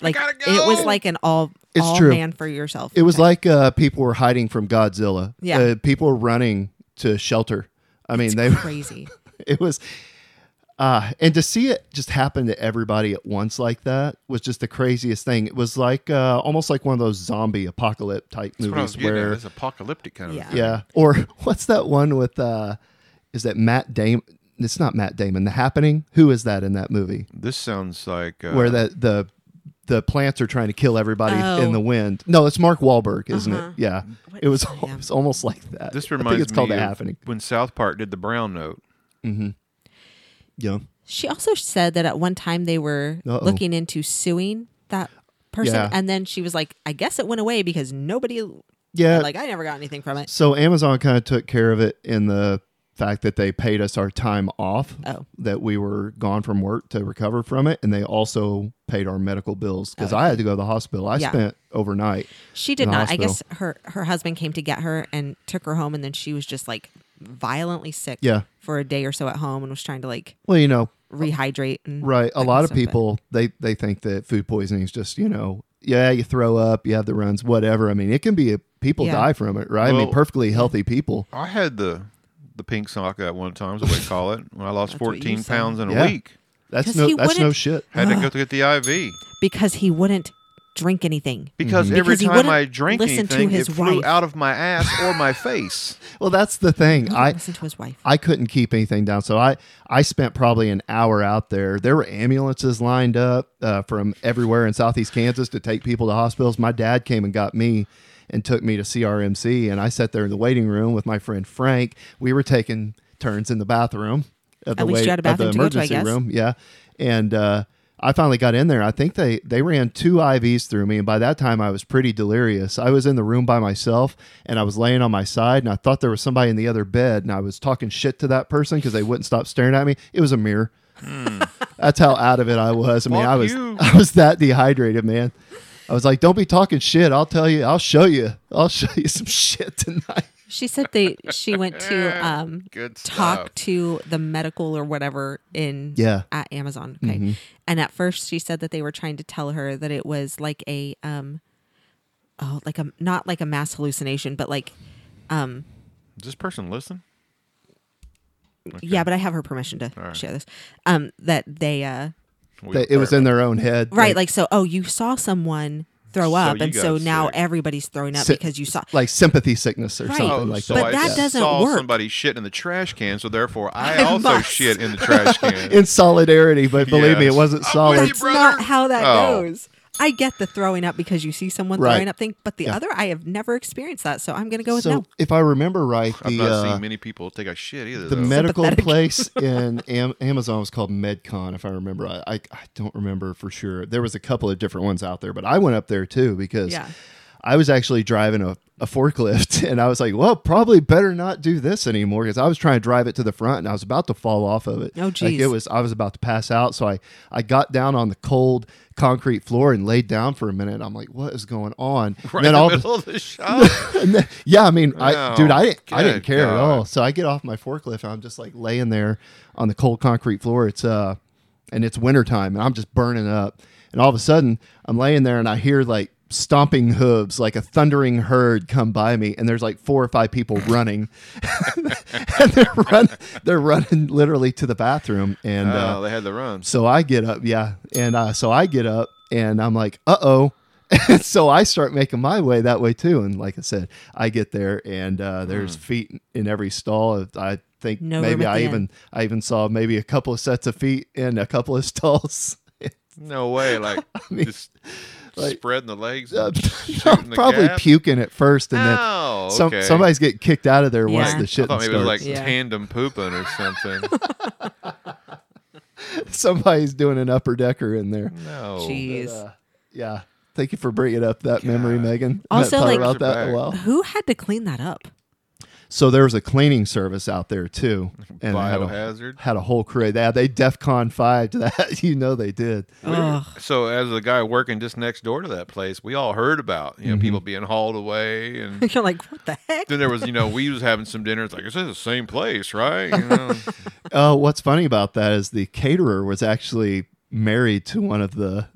[SPEAKER 3] like
[SPEAKER 2] gotta
[SPEAKER 3] it was
[SPEAKER 2] go.
[SPEAKER 3] like an all
[SPEAKER 4] It's
[SPEAKER 3] all
[SPEAKER 4] true.
[SPEAKER 3] man for yourself.
[SPEAKER 4] It was like uh, people were hiding from Godzilla.
[SPEAKER 3] Yeah.
[SPEAKER 4] Uh, people were running to shelter. I mean, they
[SPEAKER 3] crazy.
[SPEAKER 4] it was uh and to see it just happen to everybody at once like that was just the craziest thing. It was like uh almost like one of those zombie apocalypse type
[SPEAKER 2] That's what I was
[SPEAKER 4] movies
[SPEAKER 2] getting at.
[SPEAKER 4] where
[SPEAKER 2] It's apocalyptic kind of.
[SPEAKER 3] Yeah.
[SPEAKER 4] yeah, or what's that one with uh is that Matt Damon it's not Matt Damon, The Happening. Who is that in that movie?
[SPEAKER 2] This sounds like uh,
[SPEAKER 4] Where that the the plants are trying to kill everybody
[SPEAKER 3] Oh.
[SPEAKER 4] in the wind. No, it's Mark Wahlberg, isn't
[SPEAKER 3] Uh-huh.
[SPEAKER 4] it? Yeah.
[SPEAKER 3] What
[SPEAKER 4] It was,
[SPEAKER 3] is- yeah.
[SPEAKER 4] it was almost like that.
[SPEAKER 2] This
[SPEAKER 4] I
[SPEAKER 2] reminds
[SPEAKER 4] think it's called
[SPEAKER 2] me
[SPEAKER 4] The
[SPEAKER 2] of
[SPEAKER 4] Happening.
[SPEAKER 2] when South Park did the brown note.
[SPEAKER 4] Yeah.
[SPEAKER 3] She also said that at one time they were
[SPEAKER 4] Uh-oh.
[SPEAKER 3] looking into suing that person,
[SPEAKER 4] Yeah.
[SPEAKER 3] and then she was like, "I guess it went away because nobody,
[SPEAKER 4] Yeah.
[SPEAKER 3] like, I never got anything from it."
[SPEAKER 4] So Amazon kind of took care of it in the fact that they paid us our time off
[SPEAKER 3] Oh.
[SPEAKER 4] that we were gone from work to recover from it and they also paid our medical bills because I had to go to the hospital. I
[SPEAKER 3] Oh. Yeah.
[SPEAKER 4] spent overnight.
[SPEAKER 3] She did
[SPEAKER 4] the
[SPEAKER 3] not. I
[SPEAKER 4] hospital.
[SPEAKER 3] guess her her husband came to get her and took her home, and then she was just like violently sick
[SPEAKER 4] Yeah.
[SPEAKER 3] for a day or so at home, and was trying to like
[SPEAKER 4] Well, you know,
[SPEAKER 3] rehydrate. And
[SPEAKER 4] right, a
[SPEAKER 3] that
[SPEAKER 4] lot
[SPEAKER 3] kind
[SPEAKER 4] of
[SPEAKER 3] stuff, but-
[SPEAKER 4] people they they think that food poisoning is just, you know, yeah, you throw up, you have the runs, whatever. I mean, it can be a, people
[SPEAKER 3] Yeah.
[SPEAKER 4] die from it, right? I
[SPEAKER 2] Well-
[SPEAKER 4] mean, perfectly healthy people.
[SPEAKER 2] I had the the pink sock at one time, is what they call it, when I lost
[SPEAKER 3] That's what you
[SPEAKER 2] 14
[SPEAKER 3] said.
[SPEAKER 2] pounds in a
[SPEAKER 4] Yeah.
[SPEAKER 2] week.
[SPEAKER 4] That's
[SPEAKER 3] 'Cause
[SPEAKER 4] no
[SPEAKER 3] he
[SPEAKER 4] that's no
[SPEAKER 3] wouldn't-
[SPEAKER 4] shit.
[SPEAKER 2] Had to go to get the IV
[SPEAKER 3] because he wouldn't drink anything.
[SPEAKER 4] Mm-hmm.
[SPEAKER 2] because every
[SPEAKER 3] Because he
[SPEAKER 2] time
[SPEAKER 3] wouldn't
[SPEAKER 2] I drank
[SPEAKER 3] listen to
[SPEAKER 2] anything, it
[SPEAKER 3] his
[SPEAKER 2] flew
[SPEAKER 3] wife.
[SPEAKER 2] out of my ass or my face.
[SPEAKER 4] Well, that's the thing.
[SPEAKER 3] He
[SPEAKER 4] I
[SPEAKER 3] listened to his wife.
[SPEAKER 4] I couldn't keep anything down. So I, I spent probably an hour out there. There were ambulances lined up uh, from everywhere in Southeast Kansas to take people to hospitals. My dad came and got me and took me to CRMC. And I sat there in the waiting room with my friend Frank. We were taking turns in the bathroom. Of the
[SPEAKER 3] At least you had a
[SPEAKER 4] of the
[SPEAKER 3] bathroom to go to, I
[SPEAKER 4] emergency
[SPEAKER 3] guess.
[SPEAKER 4] room. Yeah. And uh, I finally got in there. I think they, they ran two IVs through me. And by that time, I was pretty delirious. I was in the room by myself and I was laying on my side and I thought there was somebody in the other bed. And I was talking shit to that person because they wouldn't stop staring at me. It was a mirror. That's how out of it I was. I mean,
[SPEAKER 2] Hmm. Fuck
[SPEAKER 4] I was
[SPEAKER 2] you.
[SPEAKER 4] I was that dehydrated, man. I was like, "Don't be talking shit. I'll tell you. I'll show you. I'll show you some shit tonight."
[SPEAKER 3] She said they she went to um
[SPEAKER 2] Good stuff.
[SPEAKER 3] talk to the medical or whatever in
[SPEAKER 4] Yeah. Mm-hmm.
[SPEAKER 3] at Amazon. Okay. And at first she said that they were trying to tell her that it was like a um oh like a not like a mass hallucination, but like um
[SPEAKER 2] Does this person listen?
[SPEAKER 3] yeah, but I have her permission to share this. Um that they uh
[SPEAKER 2] We
[SPEAKER 4] They- it was in their own head,
[SPEAKER 3] right,
[SPEAKER 4] They-
[SPEAKER 3] like so oh you saw someone throw
[SPEAKER 2] So
[SPEAKER 3] up
[SPEAKER 2] you
[SPEAKER 3] and so
[SPEAKER 2] got
[SPEAKER 3] now
[SPEAKER 2] sick.
[SPEAKER 3] everybody's throwing up
[SPEAKER 4] Si-
[SPEAKER 3] because you saw
[SPEAKER 4] like sympathy sickness or
[SPEAKER 3] Right.
[SPEAKER 4] something
[SPEAKER 2] Oh,
[SPEAKER 4] like
[SPEAKER 2] so
[SPEAKER 4] that.
[SPEAKER 3] But
[SPEAKER 2] I
[SPEAKER 3] that doesn't
[SPEAKER 2] saw
[SPEAKER 3] work.
[SPEAKER 2] somebody shit in the trash can, so therefore I,
[SPEAKER 3] I
[SPEAKER 2] also
[SPEAKER 3] must.
[SPEAKER 2] shit in the trash can.
[SPEAKER 4] in solidarity, but believe me, it
[SPEAKER 2] Yes.
[SPEAKER 4] wasn't
[SPEAKER 2] I'm
[SPEAKER 4] solid.
[SPEAKER 2] with
[SPEAKER 3] That's
[SPEAKER 2] brother?
[SPEAKER 3] not how that
[SPEAKER 2] Oh.
[SPEAKER 3] goes. I get the throwing up because you see someone
[SPEAKER 4] Right.
[SPEAKER 3] throwing up thing, but the
[SPEAKER 4] Yeah.
[SPEAKER 3] other, I have never experienced that, so I'm going to go with
[SPEAKER 4] so,
[SPEAKER 3] no.
[SPEAKER 4] if I remember right,
[SPEAKER 2] I've
[SPEAKER 4] the
[SPEAKER 2] not
[SPEAKER 4] uh,
[SPEAKER 2] seen many people take a shit either.
[SPEAKER 4] the
[SPEAKER 2] though.
[SPEAKER 4] medical
[SPEAKER 3] Sympathetic.
[SPEAKER 4] place in Am- Amazon was called MedCon, if I remember. I, I I don't remember for sure. There was a couple of different ones out there, but I went up there too because
[SPEAKER 3] Yeah.
[SPEAKER 4] I was actually driving a, a forklift, and I was like, "Well, probably better not do this anymore," because I was trying to drive it to the front, and I was about to fall off of it.
[SPEAKER 3] Oh,
[SPEAKER 4] Like,
[SPEAKER 3] geez.
[SPEAKER 4] it was I was about to pass out, so I I got down on the cold concrete floor and laid down for a minute. I'm like, "What is going on?"
[SPEAKER 2] right
[SPEAKER 4] and then
[SPEAKER 2] in
[SPEAKER 4] all
[SPEAKER 2] the middle of the shop.
[SPEAKER 4] and then- yeah, I mean, I
[SPEAKER 2] Oh,
[SPEAKER 4] dude, I didn't, I didn't
[SPEAKER 2] good
[SPEAKER 4] care at
[SPEAKER 2] God.
[SPEAKER 4] all. So I get off my forklift. And I'm just like laying there on the cold concrete floor. It's uh, and it's wintertime, and I'm just burning up. And all of a sudden, I'm laying there, and I hear like stomping hooves, like a thundering herd, come by me. And there's like four or five people running, and they're run, they're running literally to the bathroom. And uh,
[SPEAKER 2] Oh, they had the run.
[SPEAKER 4] so I get up, yeah, and uh, so I get up, and I'm like, uh oh. so I start making my way that way too, and like I said, I get there, and uh, there's
[SPEAKER 2] Mm.
[SPEAKER 4] feet in every stall. I think
[SPEAKER 3] No room
[SPEAKER 4] maybe
[SPEAKER 3] at
[SPEAKER 4] I
[SPEAKER 3] the
[SPEAKER 4] even
[SPEAKER 3] end.
[SPEAKER 4] I even saw maybe a couple of sets of feet and a couple of stalls.
[SPEAKER 2] No way, like
[SPEAKER 4] mean,
[SPEAKER 2] just
[SPEAKER 4] like-
[SPEAKER 2] spreading the legs,
[SPEAKER 4] I'm
[SPEAKER 2] and shooting the
[SPEAKER 4] probably
[SPEAKER 2] gap?
[SPEAKER 4] puking at first, and then
[SPEAKER 2] Oh,
[SPEAKER 4] some,
[SPEAKER 2] okay.
[SPEAKER 4] somebody's getting kicked out of there once
[SPEAKER 3] Yeah.
[SPEAKER 4] the
[SPEAKER 2] I
[SPEAKER 4] shit
[SPEAKER 2] thought
[SPEAKER 4] starts.
[SPEAKER 2] maybe it was like
[SPEAKER 3] Yeah.
[SPEAKER 2] tandem pooping or something.
[SPEAKER 4] somebody's doing an upper decker in there.
[SPEAKER 2] No,
[SPEAKER 3] Jeez.
[SPEAKER 4] Yeah, thank you for bringing up that memory, Megan. I haven't
[SPEAKER 3] Also,
[SPEAKER 4] thought
[SPEAKER 3] like-
[SPEAKER 4] about that in a
[SPEAKER 2] Back.
[SPEAKER 4] while.
[SPEAKER 3] Who had to clean that up?
[SPEAKER 4] So there was a cleaning service out there too, and they had a-
[SPEAKER 2] Biohazard?
[SPEAKER 4] had a whole crew. They they DefCon five to that. You know they did.
[SPEAKER 3] Ugh.
[SPEAKER 2] So as a guy working just next door to that place, we all heard about
[SPEAKER 4] Mm-hmm.
[SPEAKER 2] you know people being hauled away, and
[SPEAKER 3] You're like, what the heck?
[SPEAKER 2] then there was you know we was having some dinner. It's like is this the same place, right? You know,
[SPEAKER 4] Oh, what's funny about that is the caterer was actually married to one of the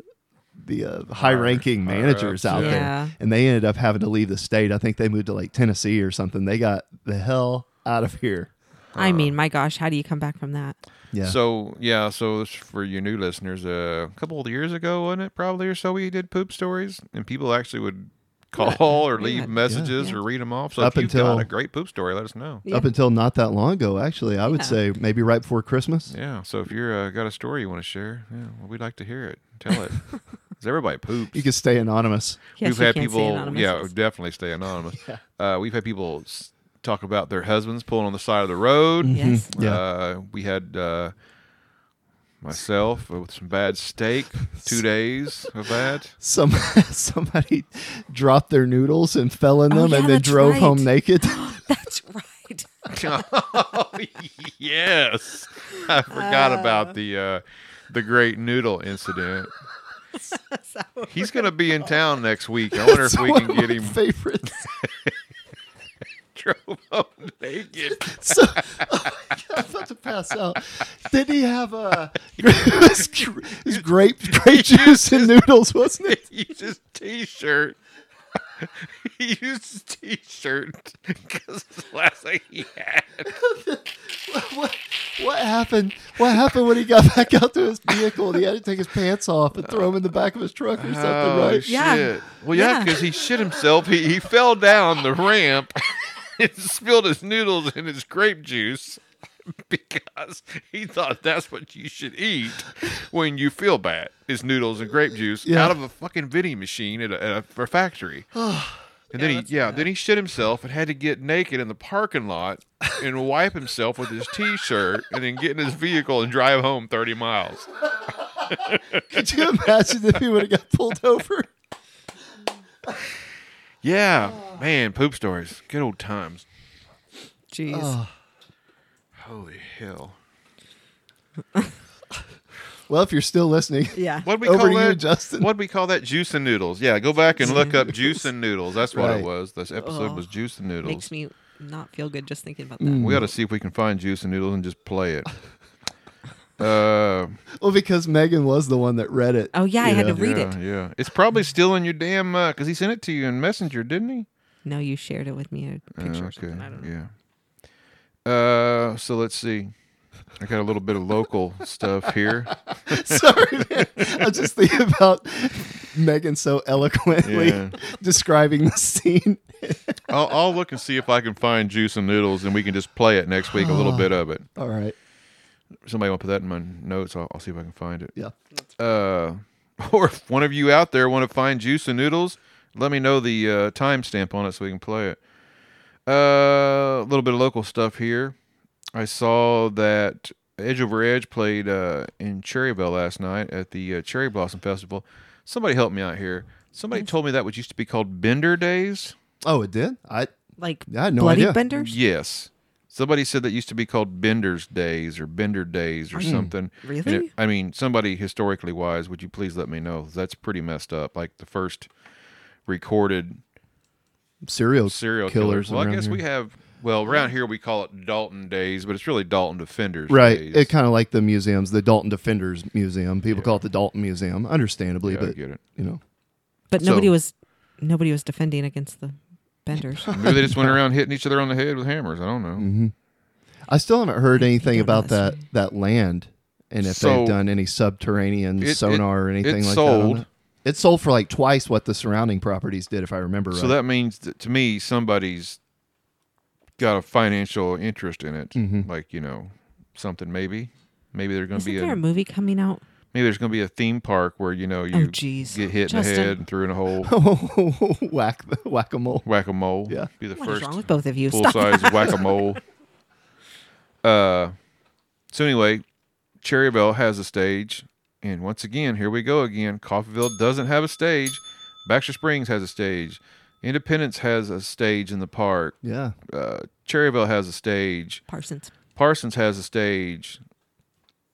[SPEAKER 4] the uh, high-ranking
[SPEAKER 2] higher
[SPEAKER 4] managers
[SPEAKER 2] ups,
[SPEAKER 4] out
[SPEAKER 2] yeah.
[SPEAKER 3] Yeah.
[SPEAKER 4] there, and they ended up having to leave the state. I think they moved to like Tennessee or something. They got the hell out of here.
[SPEAKER 3] I
[SPEAKER 2] uh,
[SPEAKER 3] mean, my gosh, how do you come back from that?
[SPEAKER 4] Yeah.
[SPEAKER 2] So yeah, so it's for you new listeners, uh, a couple of years ago, wasn't it probably or so we did poop stories, and people actually would call or leave
[SPEAKER 3] Yeah.
[SPEAKER 2] messages
[SPEAKER 3] Yeah.
[SPEAKER 2] or read them off. So
[SPEAKER 4] Up
[SPEAKER 2] if you've
[SPEAKER 4] until-
[SPEAKER 2] got a great poop story, let us know.
[SPEAKER 3] Yeah.
[SPEAKER 4] Up until not that long ago, actually, I would
[SPEAKER 3] Yeah.
[SPEAKER 4] say maybe right before Christmas.
[SPEAKER 2] Yeah. So if you're uh, got a story you want to share, yeah, well, we'd like to hear it. Tell it. 'Cause everybody poops.
[SPEAKER 4] You could stay anonymous.
[SPEAKER 3] Yes,
[SPEAKER 2] we've
[SPEAKER 3] you
[SPEAKER 2] had
[SPEAKER 3] can't say
[SPEAKER 2] people,
[SPEAKER 3] anonymous.
[SPEAKER 2] yeah, definitely stay anonymous. Uh, we've had people s- talk about their husbands pulling on the side of the road.
[SPEAKER 3] Mm-hmm. Yes.
[SPEAKER 4] Yeah.
[SPEAKER 2] Uh, we had uh, myself with some bad steak, two days of that.
[SPEAKER 4] Some somebody dropped their noodles and fell in them,
[SPEAKER 3] Oh, yeah,
[SPEAKER 4] and then
[SPEAKER 3] that's
[SPEAKER 4] drove
[SPEAKER 3] right.
[SPEAKER 4] home naked.
[SPEAKER 3] That's right.
[SPEAKER 2] Oh, yes, I forgot about the uh, the great noodle incident. He's gonna be in town next week. I wonder if we
[SPEAKER 4] One
[SPEAKER 2] can
[SPEAKER 4] of
[SPEAKER 2] get
[SPEAKER 4] my
[SPEAKER 2] him
[SPEAKER 4] favorites.
[SPEAKER 2] drove home naked.
[SPEAKER 4] so I'm about to pass out. Did he have a it was, gr- it was grape grape juice and noodles, wasn't it?
[SPEAKER 2] he used his t-shirt. he used his t-shirt because the last thing he had.
[SPEAKER 4] What what happened? What happened when he got back out to his vehicle and he had to take his pants off and throw them in the back of his truck or something, right?
[SPEAKER 3] Yeah.
[SPEAKER 2] Oh, Well, yeah,
[SPEAKER 3] Yeah.
[SPEAKER 2] because he shit himself. He he fell down the ramp and spilled his noodles and his grape juice because he thought that's what you should eat when you feel bad is noodles and grape juice
[SPEAKER 4] Yeah.
[SPEAKER 2] out of a fucking vending machine at a, at a, a factory. And then he, yeah, then he shit himself and had to get naked in the parking lot and wipe himself with his t-shirt and then get in his vehicle and drive home 30 miles.
[SPEAKER 4] Could you imagine if he would have got pulled over?
[SPEAKER 2] Yeah, man, poop stories. Good old times.
[SPEAKER 3] Jeez.
[SPEAKER 2] Holy hell.
[SPEAKER 4] Well, if you're still listening,
[SPEAKER 3] Yeah.
[SPEAKER 2] What we
[SPEAKER 4] Over
[SPEAKER 2] call
[SPEAKER 4] to you,
[SPEAKER 2] that?
[SPEAKER 4] Justin.
[SPEAKER 2] What we call that? Juice and noodles. Yeah, go back and look up juice and noodles. That's what
[SPEAKER 4] Right.
[SPEAKER 2] it was. This episode
[SPEAKER 3] Ugh.
[SPEAKER 2] was juice and noodles.
[SPEAKER 3] Oh. Makes me not feel good just thinking about that.
[SPEAKER 2] we ought to see if we can find juice and noodles and just play it. Uh,
[SPEAKER 4] well, because Megan was the one that read it.
[SPEAKER 3] Oh yeah, I had to read
[SPEAKER 2] yeah,
[SPEAKER 3] it.
[SPEAKER 2] yeah. It's probably still in your damn because he sent it to you in Messenger, didn't he?
[SPEAKER 3] No, you shared it with me uh, in a
[SPEAKER 2] Oh,
[SPEAKER 3] picture or something. I don't know.
[SPEAKER 2] Yeah. Uh, so let's see. I got a little bit of local stuff here.
[SPEAKER 4] Sorry, man. I was just thinking about Megan so eloquently
[SPEAKER 2] Yeah.
[SPEAKER 4] describing the scene.
[SPEAKER 2] I'll, I'll look and see if I can find juice and noodles, and we can just play it next week. A little bit of it.
[SPEAKER 4] All right.
[SPEAKER 2] Somebody want to put that in my notes. I'll, I'll see if I can find it.
[SPEAKER 4] Yeah.
[SPEAKER 2] Uh, or if one of you out there want to find juice and noodles, let me know the uh, timestamp on it so we can play it. Uh, a little bit of local stuff here. I saw that Edge Over Edge played uh, in Cherryville last night at the uh, Cherry Blossom Festival. Somebody help me out here. Somebody told me that what used to be called Bender Days.
[SPEAKER 4] Oh, it did? I
[SPEAKER 3] Like
[SPEAKER 4] I had no
[SPEAKER 3] bloody
[SPEAKER 4] idea.
[SPEAKER 3] benders.
[SPEAKER 2] Yes. Somebody said that used to be called Bender's Days or Bender Days or something. And it-
[SPEAKER 3] Really?
[SPEAKER 2] I mean, somebody historically wise, would you please let me know? That's pretty messed up. Like the first recorded
[SPEAKER 4] serial
[SPEAKER 2] serial
[SPEAKER 4] killers.
[SPEAKER 2] killers. Well, I
[SPEAKER 4] around
[SPEAKER 2] guess
[SPEAKER 4] here.
[SPEAKER 2] we have. Well, around here we call it Dalton Days, but it's really Dalton Defenders.
[SPEAKER 4] Right.
[SPEAKER 2] Days.
[SPEAKER 4] It kind of like the museums, the Dalton Defenders Museum. People call it the Dalton Museum, understandably,
[SPEAKER 2] Yeah, I
[SPEAKER 4] but
[SPEAKER 2] get it.
[SPEAKER 4] you know,
[SPEAKER 3] But nobody
[SPEAKER 2] So-
[SPEAKER 3] was nobody was defending against the benders.
[SPEAKER 2] Maybe they just went around hitting each other on the head with hammers. I don't know.
[SPEAKER 4] I still haven't heard anything
[SPEAKER 3] don't know
[SPEAKER 4] about
[SPEAKER 3] this
[SPEAKER 4] that that land and if
[SPEAKER 2] So-
[SPEAKER 4] they've done any subterranean
[SPEAKER 2] It- it-
[SPEAKER 4] sonar or
[SPEAKER 2] it
[SPEAKER 4] anything like that. on
[SPEAKER 2] sold.
[SPEAKER 4] it. It sold for like twice what the surrounding properties did, if I remember
[SPEAKER 2] So
[SPEAKER 4] right.
[SPEAKER 2] that means that to me, somebody's got a financial interest in it. Like you know, something maybe, maybe there's going to
[SPEAKER 3] Isn't
[SPEAKER 2] be
[SPEAKER 3] there
[SPEAKER 2] a,
[SPEAKER 3] a movie coming out?
[SPEAKER 2] maybe there's going to be a theme park where you know you
[SPEAKER 3] Oh, jeez.
[SPEAKER 2] get hit in
[SPEAKER 3] Justin.
[SPEAKER 2] the head and through in a hole,
[SPEAKER 4] whack the whack a mole.
[SPEAKER 2] whack a mole.
[SPEAKER 4] Yeah.
[SPEAKER 2] be the
[SPEAKER 3] What is
[SPEAKER 2] first
[SPEAKER 3] wrong with both of you?
[SPEAKER 2] full
[SPEAKER 3] Stop.
[SPEAKER 2] size whack a mole. Uh, so anyway, Cherryville has a stage, and once again, here we go again. Coffeeville doesn't have a stage. Baxter Springs has a stage. Independence has a stage in the park.
[SPEAKER 4] Yeah.
[SPEAKER 2] Uh, Cherryville has a stage.
[SPEAKER 3] Parsons.
[SPEAKER 2] Parsons has a stage.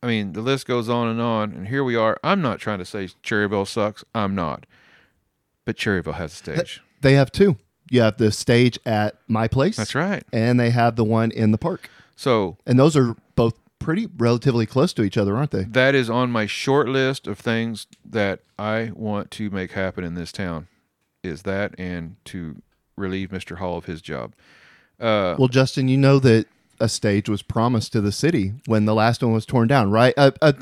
[SPEAKER 2] I mean, the list goes on and on. And here we are. I'm not trying to say Cherryville sucks. I'm not. But Cherryville has a stage.
[SPEAKER 4] They have two. You have the stage at my place.
[SPEAKER 2] That's right.
[SPEAKER 4] And they have the one in the park.
[SPEAKER 2] So
[SPEAKER 4] And those are both pretty relatively close to each other, aren't they?
[SPEAKER 2] that is on my short list of things that I want to make happen in this town. Is that and to relieve Mr. Hall of his job. Uh.
[SPEAKER 4] Well, Justin, you know that a stage was promised to the city when the last one was torn down, right? A, a,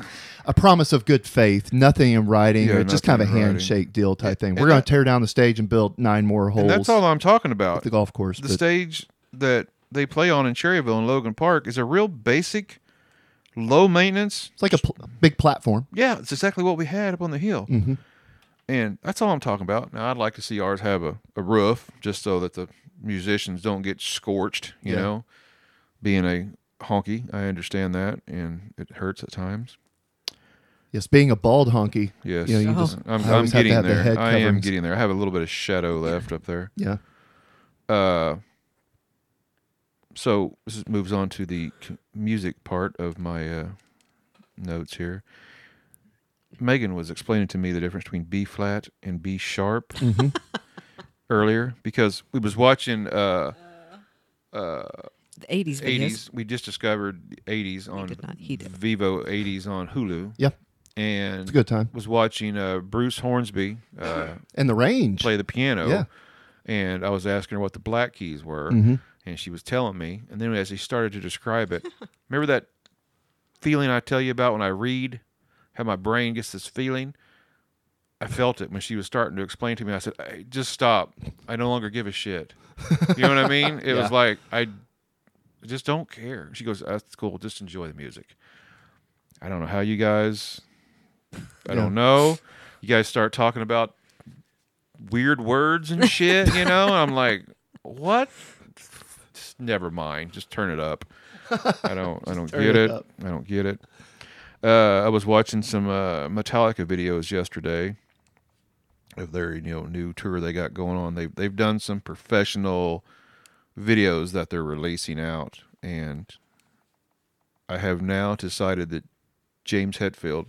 [SPEAKER 4] a promise of good faith, nothing in writing,
[SPEAKER 2] Yeah,
[SPEAKER 4] or just kind
[SPEAKER 2] nothing
[SPEAKER 4] of a
[SPEAKER 2] in writing.
[SPEAKER 4] handshake deal type thing.
[SPEAKER 2] and
[SPEAKER 4] We're going
[SPEAKER 2] that-
[SPEAKER 4] to tear down the stage and build nine more holes
[SPEAKER 2] And that's all I'm talking about.
[SPEAKER 4] at the golf course.
[SPEAKER 2] the
[SPEAKER 4] but-
[SPEAKER 2] stage that they play on in Cherryville and Logan Park is a real basic, low maintenance.
[SPEAKER 4] It's like a pl- big platform.
[SPEAKER 2] Yeah, it's exactly what we had up on the hill. Mm-hmm. And that's all I'm talking about. Now, I'd like to see ours have a, a roof just so that the musicians don't get scorched, you
[SPEAKER 4] Yeah.
[SPEAKER 2] know, being a honky. I understand that, and it hurts at times.
[SPEAKER 4] Yes, being a bald honky.
[SPEAKER 2] Yes.
[SPEAKER 4] You know, you
[SPEAKER 3] Oh.
[SPEAKER 4] just,
[SPEAKER 2] I'm,
[SPEAKER 4] I
[SPEAKER 2] I'm
[SPEAKER 4] always have to
[SPEAKER 2] getting
[SPEAKER 4] have the
[SPEAKER 2] there.
[SPEAKER 4] head
[SPEAKER 2] I am
[SPEAKER 4] coverings.
[SPEAKER 2] getting there. I have a little bit of shadow left up there.
[SPEAKER 4] Yeah.
[SPEAKER 2] Uh, so this is- moves on to the c- music part of my uh, notes here. Megan was explaining to me the difference between B flat and B sharp
[SPEAKER 4] Mm-hmm.
[SPEAKER 2] earlier because we was watching uh,
[SPEAKER 3] The 80s videos.
[SPEAKER 2] 80s. We just discovered 80s on
[SPEAKER 3] did not. He did.
[SPEAKER 2] Vivo 80s on Hulu.
[SPEAKER 4] Yeah.
[SPEAKER 2] And it's
[SPEAKER 4] a good time.
[SPEAKER 2] Was watching uh, Bruce Hornsby uh,
[SPEAKER 4] And the range.
[SPEAKER 2] play the piano.
[SPEAKER 4] Yeah. Mm-hmm.
[SPEAKER 2] And I was asking her what the black keys were, and she was telling me. And then as she started to describe it, remember that feeling I tell you about when I read, how my brain gets this feeling? I felt it when she was starting to explain to me. I said, hey, just stop. I no longer give a shit. You know what I mean? It was like, I just don't care. She goes, that's cool. Just enjoy the music. I don't know how you guys, I
[SPEAKER 4] Yeah.
[SPEAKER 2] don't know. You guys start talking about weird words and shit, you know? And I'm like, what? Just never mind. Just turn it up. I don't I don't get
[SPEAKER 4] it
[SPEAKER 2] it.
[SPEAKER 4] up.
[SPEAKER 2] I don't get it. Uh, I was watching some uh, Metallica videos yesterday of their you know new tour they got going on. They've they've done some professional videos that they're releasing out, and I have now decided that James Hetfield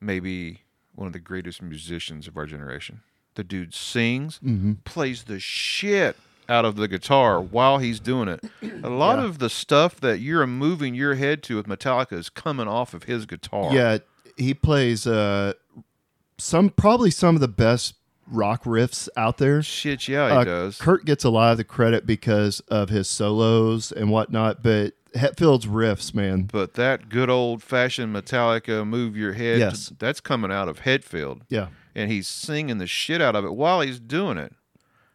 [SPEAKER 2] may be one of the greatest musicians of our generation. The dude sings,
[SPEAKER 4] Mm-hmm.
[SPEAKER 2] plays the shit out of the guitar while he's doing it. A lot of the stuff that you're moving your head to with Metallica is coming off of his guitar.
[SPEAKER 4] Yeah, he plays uh, some probably some of the best rock riffs out there.
[SPEAKER 2] Shit, yeah, he
[SPEAKER 4] Uh,
[SPEAKER 2] does.
[SPEAKER 4] Kurt gets a lot of the credit because of his solos and whatnot, but Hetfield's riffs, man.
[SPEAKER 2] but that good old fashioned Metallica move your head,
[SPEAKER 4] Yes.
[SPEAKER 2] that's coming out of Headfield.
[SPEAKER 4] Yeah,
[SPEAKER 2] And he's singing the shit out of it while he's doing it.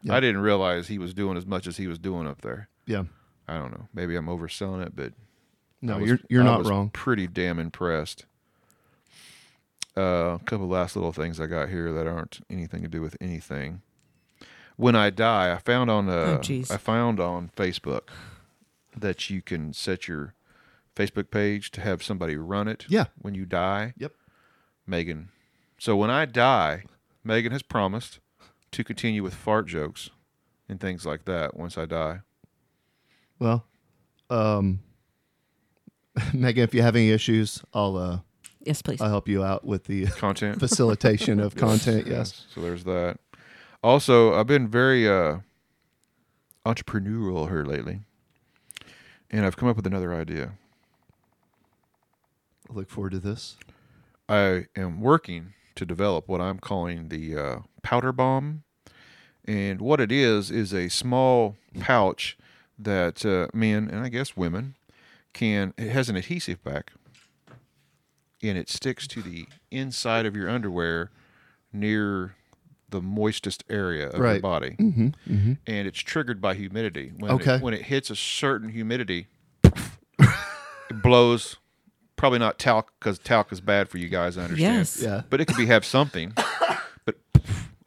[SPEAKER 2] I didn't realize he was doing as much as he was doing up there.
[SPEAKER 4] yeah.
[SPEAKER 2] I don't know. Maybe I'm overselling it, but
[SPEAKER 4] No,
[SPEAKER 2] I was-
[SPEAKER 4] you're you're
[SPEAKER 2] I
[SPEAKER 4] not
[SPEAKER 2] was
[SPEAKER 4] wrong.
[SPEAKER 2] Pretty damn impressed. Uh, a couple last little things I got here that aren't anything to do with anything. When I die, I found on uh,
[SPEAKER 3] jeez.
[SPEAKER 2] I found on Facebook that you can set your Facebook page to have somebody run it.
[SPEAKER 4] Yeah.
[SPEAKER 2] When you die,
[SPEAKER 4] Yep.
[SPEAKER 2] Megan. So when I die, Megan has promised to continue with fart jokes and things like that once I die.
[SPEAKER 4] Well, um, Megan, if you have any issues, I'll uh,
[SPEAKER 3] Yes, please.
[SPEAKER 4] I'll help you out with the
[SPEAKER 2] Content.
[SPEAKER 4] facilitation of content. Yes.
[SPEAKER 2] So there's that. Also, I've been very uh, entrepreneurial here lately, and I've come up with another idea.
[SPEAKER 4] I look forward to this.
[SPEAKER 2] I am working to develop what I'm calling the uh, powder bomb, and what it is is a small pouch that uh, men and I guess women can. It has an adhesive back, and it sticks to the inside of your underwear near the moistest area of your
[SPEAKER 4] Right. Mm-hmm.
[SPEAKER 2] body, and it's triggered by humidity. When
[SPEAKER 4] Okay.
[SPEAKER 2] it, when it hits a certain humidity, it blows. Probably not talc because talc is bad for you guys. I understand
[SPEAKER 3] Yes.
[SPEAKER 4] Yeah.
[SPEAKER 2] but it could be have something. but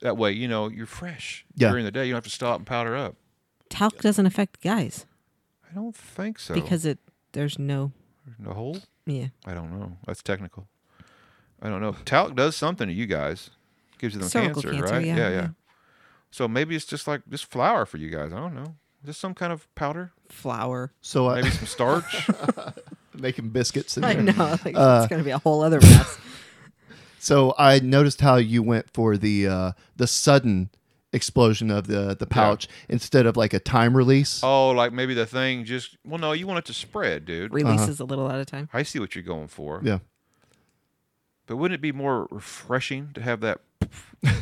[SPEAKER 2] that way, you know, you're fresh
[SPEAKER 4] Yeah.
[SPEAKER 2] during the day. You don't have to stop and powder up.
[SPEAKER 3] Talc doesn't affect guys
[SPEAKER 2] I don't think so.
[SPEAKER 3] because it there's no
[SPEAKER 2] the hole?
[SPEAKER 3] yeah.
[SPEAKER 2] I don't know. That's technical. I don't know. Talc does something to you guys. Gives you them
[SPEAKER 3] Cervical
[SPEAKER 2] cancer,
[SPEAKER 3] cancer,
[SPEAKER 2] right?
[SPEAKER 3] yeah,
[SPEAKER 2] yeah,
[SPEAKER 3] yeah.
[SPEAKER 2] So maybe it's just like just flour for you guys. I don't know. Just some kind of powder,
[SPEAKER 3] flour.
[SPEAKER 4] So I
[SPEAKER 2] maybe some starch.
[SPEAKER 4] making biscuits. In
[SPEAKER 3] I
[SPEAKER 4] there.
[SPEAKER 2] Mm.
[SPEAKER 3] know. Like,
[SPEAKER 2] Uh,
[SPEAKER 3] it's going to be a whole other mess.
[SPEAKER 2] uh-huh.
[SPEAKER 4] So I noticed how you went for the uh, the sudden explosion of the the pouch instead of like a time release.
[SPEAKER 2] oh, like maybe the thing just well, no, you want it to spread, dude.
[SPEAKER 3] Releases a little at a time.
[SPEAKER 2] I see what you're going for.
[SPEAKER 4] Yeah.
[SPEAKER 2] But wouldn't it be more refreshing to have that? you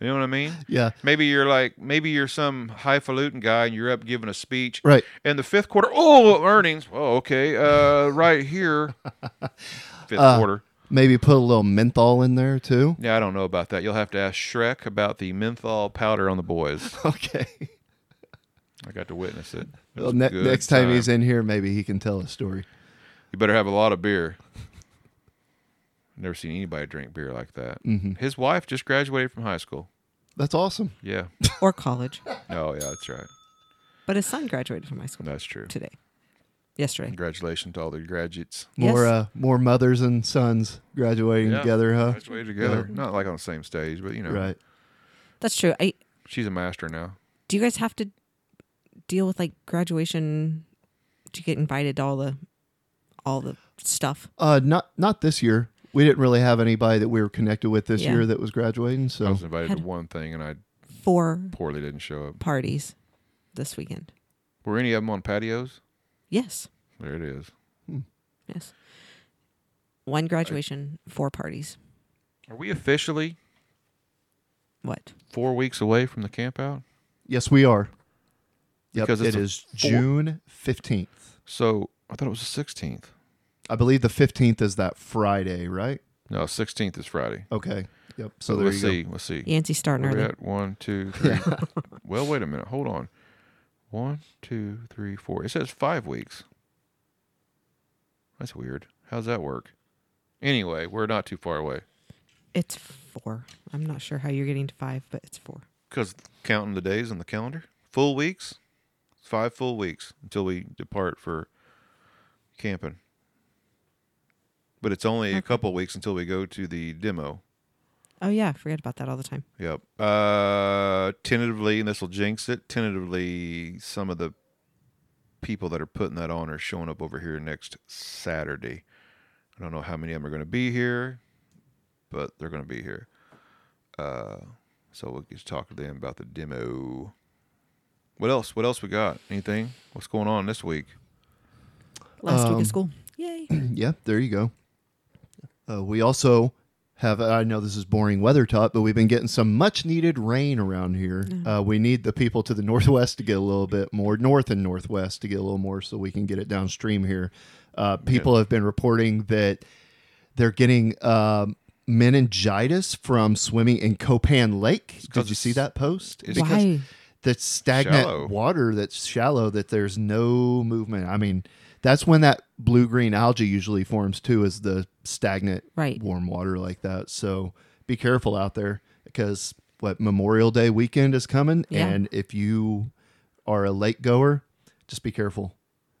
[SPEAKER 2] know what I mean?
[SPEAKER 4] Yeah.
[SPEAKER 2] Maybe you're like, maybe you're some highfalutin guy and you're up giving a speech.
[SPEAKER 4] Right.
[SPEAKER 2] And the fifth quarter, oh, earnings. Oh, okay. Uh, right here. Fifth
[SPEAKER 4] Uh.
[SPEAKER 2] quarter.
[SPEAKER 4] Maybe put a little menthol in there too.
[SPEAKER 2] Yeah, I don't know about that. You'll have to ask Shrek about the menthol powder on the boys.
[SPEAKER 4] Okay.
[SPEAKER 2] I got to witness it. It
[SPEAKER 4] Well,
[SPEAKER 2] was
[SPEAKER 4] ne-
[SPEAKER 2] good
[SPEAKER 4] next time, he's in here, maybe he can tell a story.
[SPEAKER 2] you better have a lot of beer. Never seen anybody drink beer like that.
[SPEAKER 4] Mm-hmm.
[SPEAKER 2] His wife just graduated from high school.
[SPEAKER 4] That's awesome.
[SPEAKER 2] Yeah.
[SPEAKER 3] Or college.
[SPEAKER 2] Oh, yeah, that's right.
[SPEAKER 3] But his son graduated from high school
[SPEAKER 2] That's true.
[SPEAKER 3] today. Yesterday.
[SPEAKER 2] Congratulations to all the graduates.
[SPEAKER 4] More
[SPEAKER 3] Yes.
[SPEAKER 4] uh, more mothers and sons graduating
[SPEAKER 2] Yeah,
[SPEAKER 4] together, huh?
[SPEAKER 2] Graduated together. Not like on the same stage, but you know,
[SPEAKER 4] Right.
[SPEAKER 3] That's true. I
[SPEAKER 2] she's a master now.
[SPEAKER 3] Do you guys have to deal with like graduation? Do you get invited to all the all the stuff?
[SPEAKER 4] Uh, not not this year. We didn't really have anybody that we were connected with this
[SPEAKER 3] Yeah.
[SPEAKER 4] year that was graduating. So
[SPEAKER 2] I was invited to
[SPEAKER 3] Had-
[SPEAKER 2] one thing and I
[SPEAKER 3] Four
[SPEAKER 2] poorly didn't show up.
[SPEAKER 3] parties this weekend.
[SPEAKER 2] Were any of them on patios?
[SPEAKER 3] Yes.
[SPEAKER 2] There it is.
[SPEAKER 3] Yes. One graduation, four parties.
[SPEAKER 2] Are we officially
[SPEAKER 3] What?
[SPEAKER 2] four weeks away from the camp out?
[SPEAKER 4] yes, we are. Yep,
[SPEAKER 2] Because
[SPEAKER 4] it
[SPEAKER 2] it's a
[SPEAKER 4] is
[SPEAKER 2] four-
[SPEAKER 4] June fifteenth.
[SPEAKER 2] So I thought it was the 16th.
[SPEAKER 4] I believe the fifteenth is that Friday, right?
[SPEAKER 2] No, 16th is Friday.
[SPEAKER 4] Okay. Yep. So
[SPEAKER 2] But
[SPEAKER 4] there
[SPEAKER 2] let's
[SPEAKER 4] you go.
[SPEAKER 2] see. Let's see.
[SPEAKER 3] Yancy starting
[SPEAKER 2] Where we
[SPEAKER 3] early.
[SPEAKER 2] at? One, two, three. well, wait a minute. Hold on. One, two, three, four. It says five weeks. That's weird. How's that work? Anyway, we're not too far away
[SPEAKER 3] It's four. I'm not sure how you're getting to five, but it's four.
[SPEAKER 2] because counting the days on the calendar, full weeks, five full weeks until we depart for camping. But it's only a couple weeks until we go to the demo.
[SPEAKER 3] Oh yeah, I forget about that all the time.
[SPEAKER 2] Yep. Uh, tentatively, and this will jinx it. Tentatively, some of the people that are putting that on are showing up over here next Saturday. I don't know how many of them are going to be here, but they're going to be here. Uh, so we'll just talk to them about the demo. What else? What else we got? Anything? What's going on this week?
[SPEAKER 3] Last week
[SPEAKER 4] Um,
[SPEAKER 3] of school. Yay.
[SPEAKER 4] Yeah, there you go. Uh, we also have, I know this is boring weather talk, but we've been getting some much needed rain around here. Uh, we need the people to the northwest to get a little bit more, north and northwest to get a little more so we can get it downstream here. Uh, people have been reporting that they're getting um meningitis from swimming in Copan Lake. Did you see that post?
[SPEAKER 2] it's
[SPEAKER 4] Because-
[SPEAKER 3] Why?
[SPEAKER 4] that's stagnant
[SPEAKER 2] Shallow.
[SPEAKER 4] water that's shallow that there's no movement. I mean, that's when that blue green algae usually forms too, is the stagnant
[SPEAKER 3] Right.
[SPEAKER 4] warm water like that. So be careful out there because what Memorial Day weekend is coming,
[SPEAKER 3] Yeah.
[SPEAKER 4] and if you are a lake goer, just be careful.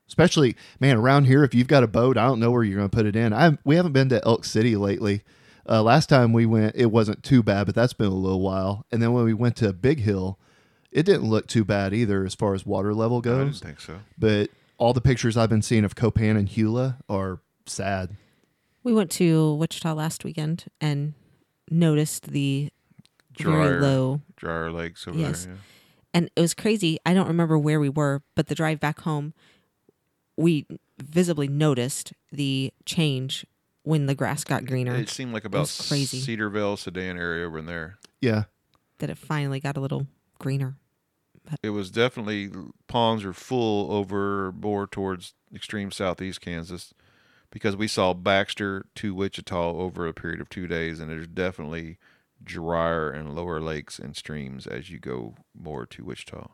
[SPEAKER 4] Especially, man, around here, if you've got a boat, I don't know where you're going to put it in. I we haven't been to Elk City lately. Uh, last time we went, it wasn't too bad, but that's been a little while. And then when we went to Big Hill, it didn't look too bad either as far as water level
[SPEAKER 2] I didn't
[SPEAKER 4] goes.
[SPEAKER 2] think so.
[SPEAKER 4] But all the pictures I've been seeing of Copan and Hula are sad.
[SPEAKER 3] We went to Wichita last weekend and noticed the very
[SPEAKER 2] Dryer.
[SPEAKER 3] low
[SPEAKER 2] Dryer Lakes over
[SPEAKER 3] Yes.
[SPEAKER 2] there. Yeah.
[SPEAKER 3] and it was crazy. I don't remember where we were, but the drive back home, we visibly noticed the change when the grass got greener.
[SPEAKER 2] It seemed like about
[SPEAKER 3] was crazy.
[SPEAKER 2] Cedarville, Sedan area over in there.
[SPEAKER 4] Yeah.
[SPEAKER 3] that it finally got a little greener.
[SPEAKER 2] it was definitely ponds are full over more towards extreme southeast Kansas because we saw Baxter to Wichita over a period of two days, and there's definitely drier and lower lakes and streams as you go more to Wichita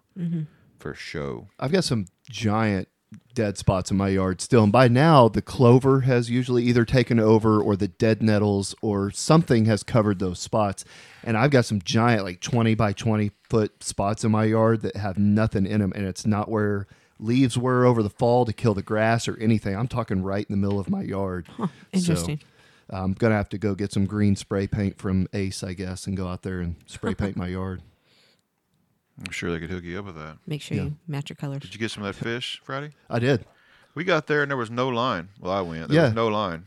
[SPEAKER 2] for show.
[SPEAKER 4] I've got some giant dead spots in my yard still, and by now the clover has usually either taken over or the dead nettles or something has covered those spots. And I've got some giant, like twenty by twenty foot spots in my yard that have nothing in them, and it's not where leaves were over the fall to kill the grass or anything. I'm talking right in the middle of my yard.
[SPEAKER 3] Interesting.
[SPEAKER 4] So, I'm gonna have to go get some green spray paint from Ace, I guess, and go out there and spray paint my yard.
[SPEAKER 2] I'm sure they could hook you up with that.
[SPEAKER 3] Make sure you match your colors.
[SPEAKER 2] Did you get some of that fish Friday?
[SPEAKER 4] I did.
[SPEAKER 2] We got there and there was no line. Well, I went. There
[SPEAKER 4] Yeah.
[SPEAKER 2] was no line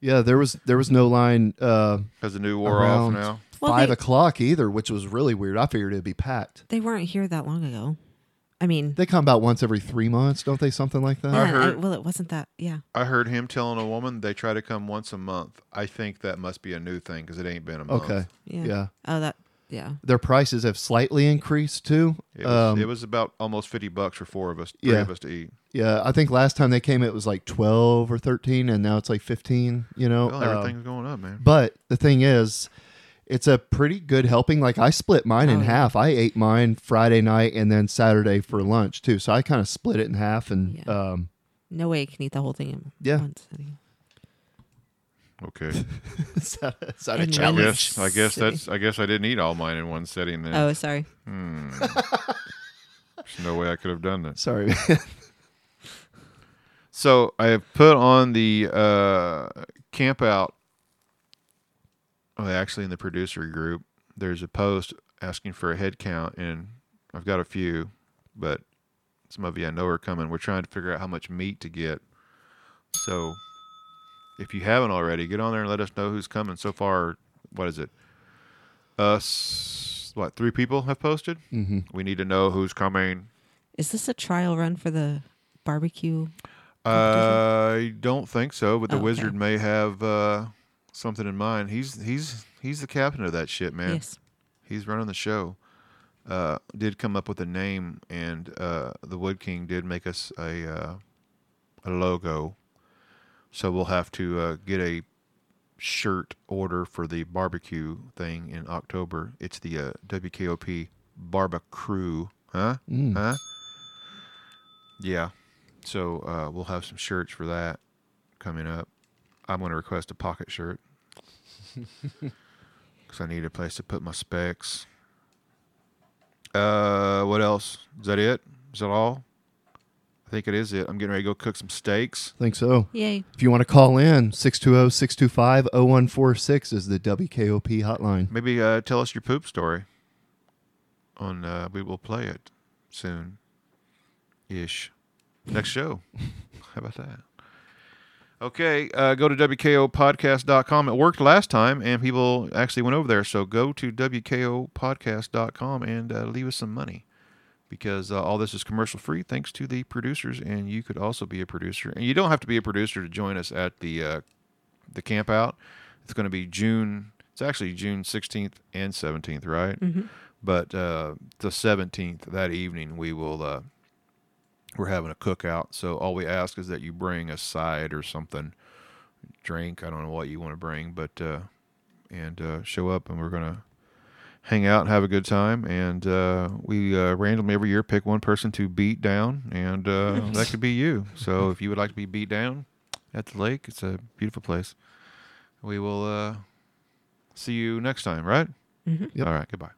[SPEAKER 4] Yeah, there was there was no line uh,
[SPEAKER 2] because the new wore off
[SPEAKER 4] around
[SPEAKER 2] now.
[SPEAKER 3] Well,
[SPEAKER 4] five
[SPEAKER 3] they-
[SPEAKER 4] o'clock either, which was really weird. I figured it'd be packed.
[SPEAKER 3] They weren't here that long ago. I mean,
[SPEAKER 4] They come about once every three months, don't they? Something like that.
[SPEAKER 3] yeah,
[SPEAKER 2] heard-
[SPEAKER 3] well, it wasn't that. Yeah.
[SPEAKER 2] I heard him telling a woman they try to come once a month. I think that must be a new thing because it ain't been a month.
[SPEAKER 4] Okay.
[SPEAKER 3] Yeah.
[SPEAKER 4] Yeah.
[SPEAKER 3] Oh, that. Yeah.
[SPEAKER 4] Their prices have slightly increased too.
[SPEAKER 2] It was,
[SPEAKER 4] Um,
[SPEAKER 2] it was about almost 50 bucks for four of us, three
[SPEAKER 4] Yeah.
[SPEAKER 2] of us to eat.
[SPEAKER 4] yeah, I think last time they came, it was like twelve or thirteen, and now it's like fifteen. You know,
[SPEAKER 2] Well,
[SPEAKER 4] Um,
[SPEAKER 2] everything's going up, man.
[SPEAKER 4] But the thing is, it's a pretty good helping. Like I split mine in
[SPEAKER 3] Oh, yeah.
[SPEAKER 4] half. I ate mine Friday night and then Saturday for lunch too. So I kind of split it in half. And
[SPEAKER 3] Yeah.
[SPEAKER 4] um,
[SPEAKER 3] No way you can eat the whole thing at
[SPEAKER 4] Yeah.
[SPEAKER 3] once. anyway.
[SPEAKER 2] Okay.
[SPEAKER 4] is that, is that a
[SPEAKER 3] And
[SPEAKER 4] challenge?
[SPEAKER 3] Really
[SPEAKER 2] yes. I guess
[SPEAKER 3] silly.
[SPEAKER 2] that's. I guess I didn't eat all mine in one sitting. Then
[SPEAKER 3] Oh, sorry.
[SPEAKER 2] there's no way I could have done that.
[SPEAKER 4] Sorry.
[SPEAKER 2] So I have put on the uh, camp out. Well, actually, in the producer group, there's a post asking for a head count, and I've got a few, but some of you I know are coming. We're trying to figure out how much meat to get. So if you haven't already, get on there and let us know who's coming. So far, what is it? Us, what, three people have posted? Mm-hmm. We need to know who's coming.
[SPEAKER 3] Is this a trial run for the barbecue?
[SPEAKER 2] Uh, I don't think so, but the
[SPEAKER 3] Oh, okay.
[SPEAKER 2] wizard may have uh, something in mind. He's he's he's the captain of that shit, man.
[SPEAKER 3] Yes.
[SPEAKER 2] He's running the show. Uh, did come up with a name, and uh, the Wood King did make us a uh, a logo. So we'll have to uh, get a shirt order for the barbecue thing in October. It's the uh, WKOP barbecue, huh? Huh? Yeah. So uh, we'll have some shirts for that coming up. I'm going to request a pocket shirt because I need a place to put my specs. Uh, what else? Is that it? Is that all? I think it is it. I'm getting ready to go cook some steaks.
[SPEAKER 4] think so.
[SPEAKER 3] Yay.
[SPEAKER 4] If you want to call in, oh, 620 625 0146 is the WKOP hotline.
[SPEAKER 2] Maybe uh, tell us your poop story. On uh, we will play it soon, ish. Next show. How about that? Okay, uh, go to wkopodcast.com. It worked last time, and people actually went over there. So go to wkopodcast.com and uh, leave us some money because uh, all this is commercial free thanks to the producers. And you could also be a producer. And you don't have to be a producer to join us at the uh, the camp out. It's going to be June. It's actually June 16th and 17th, right? But uh, the 17th that evening, we will. Uh, we're having a cookout, so all we ask is that you bring a side or something, drink. I don't know what you want to bring, but uh, and uh, show up, and we're gonna hang out and have a good time. And uh, we uh, randomly every year pick one person to beat down, and uh, that could be you. So if you would like to be beat down at the lake, it's a beautiful place. We will uh, see you next time, right?
[SPEAKER 4] Yep.
[SPEAKER 2] All right. Goodbye.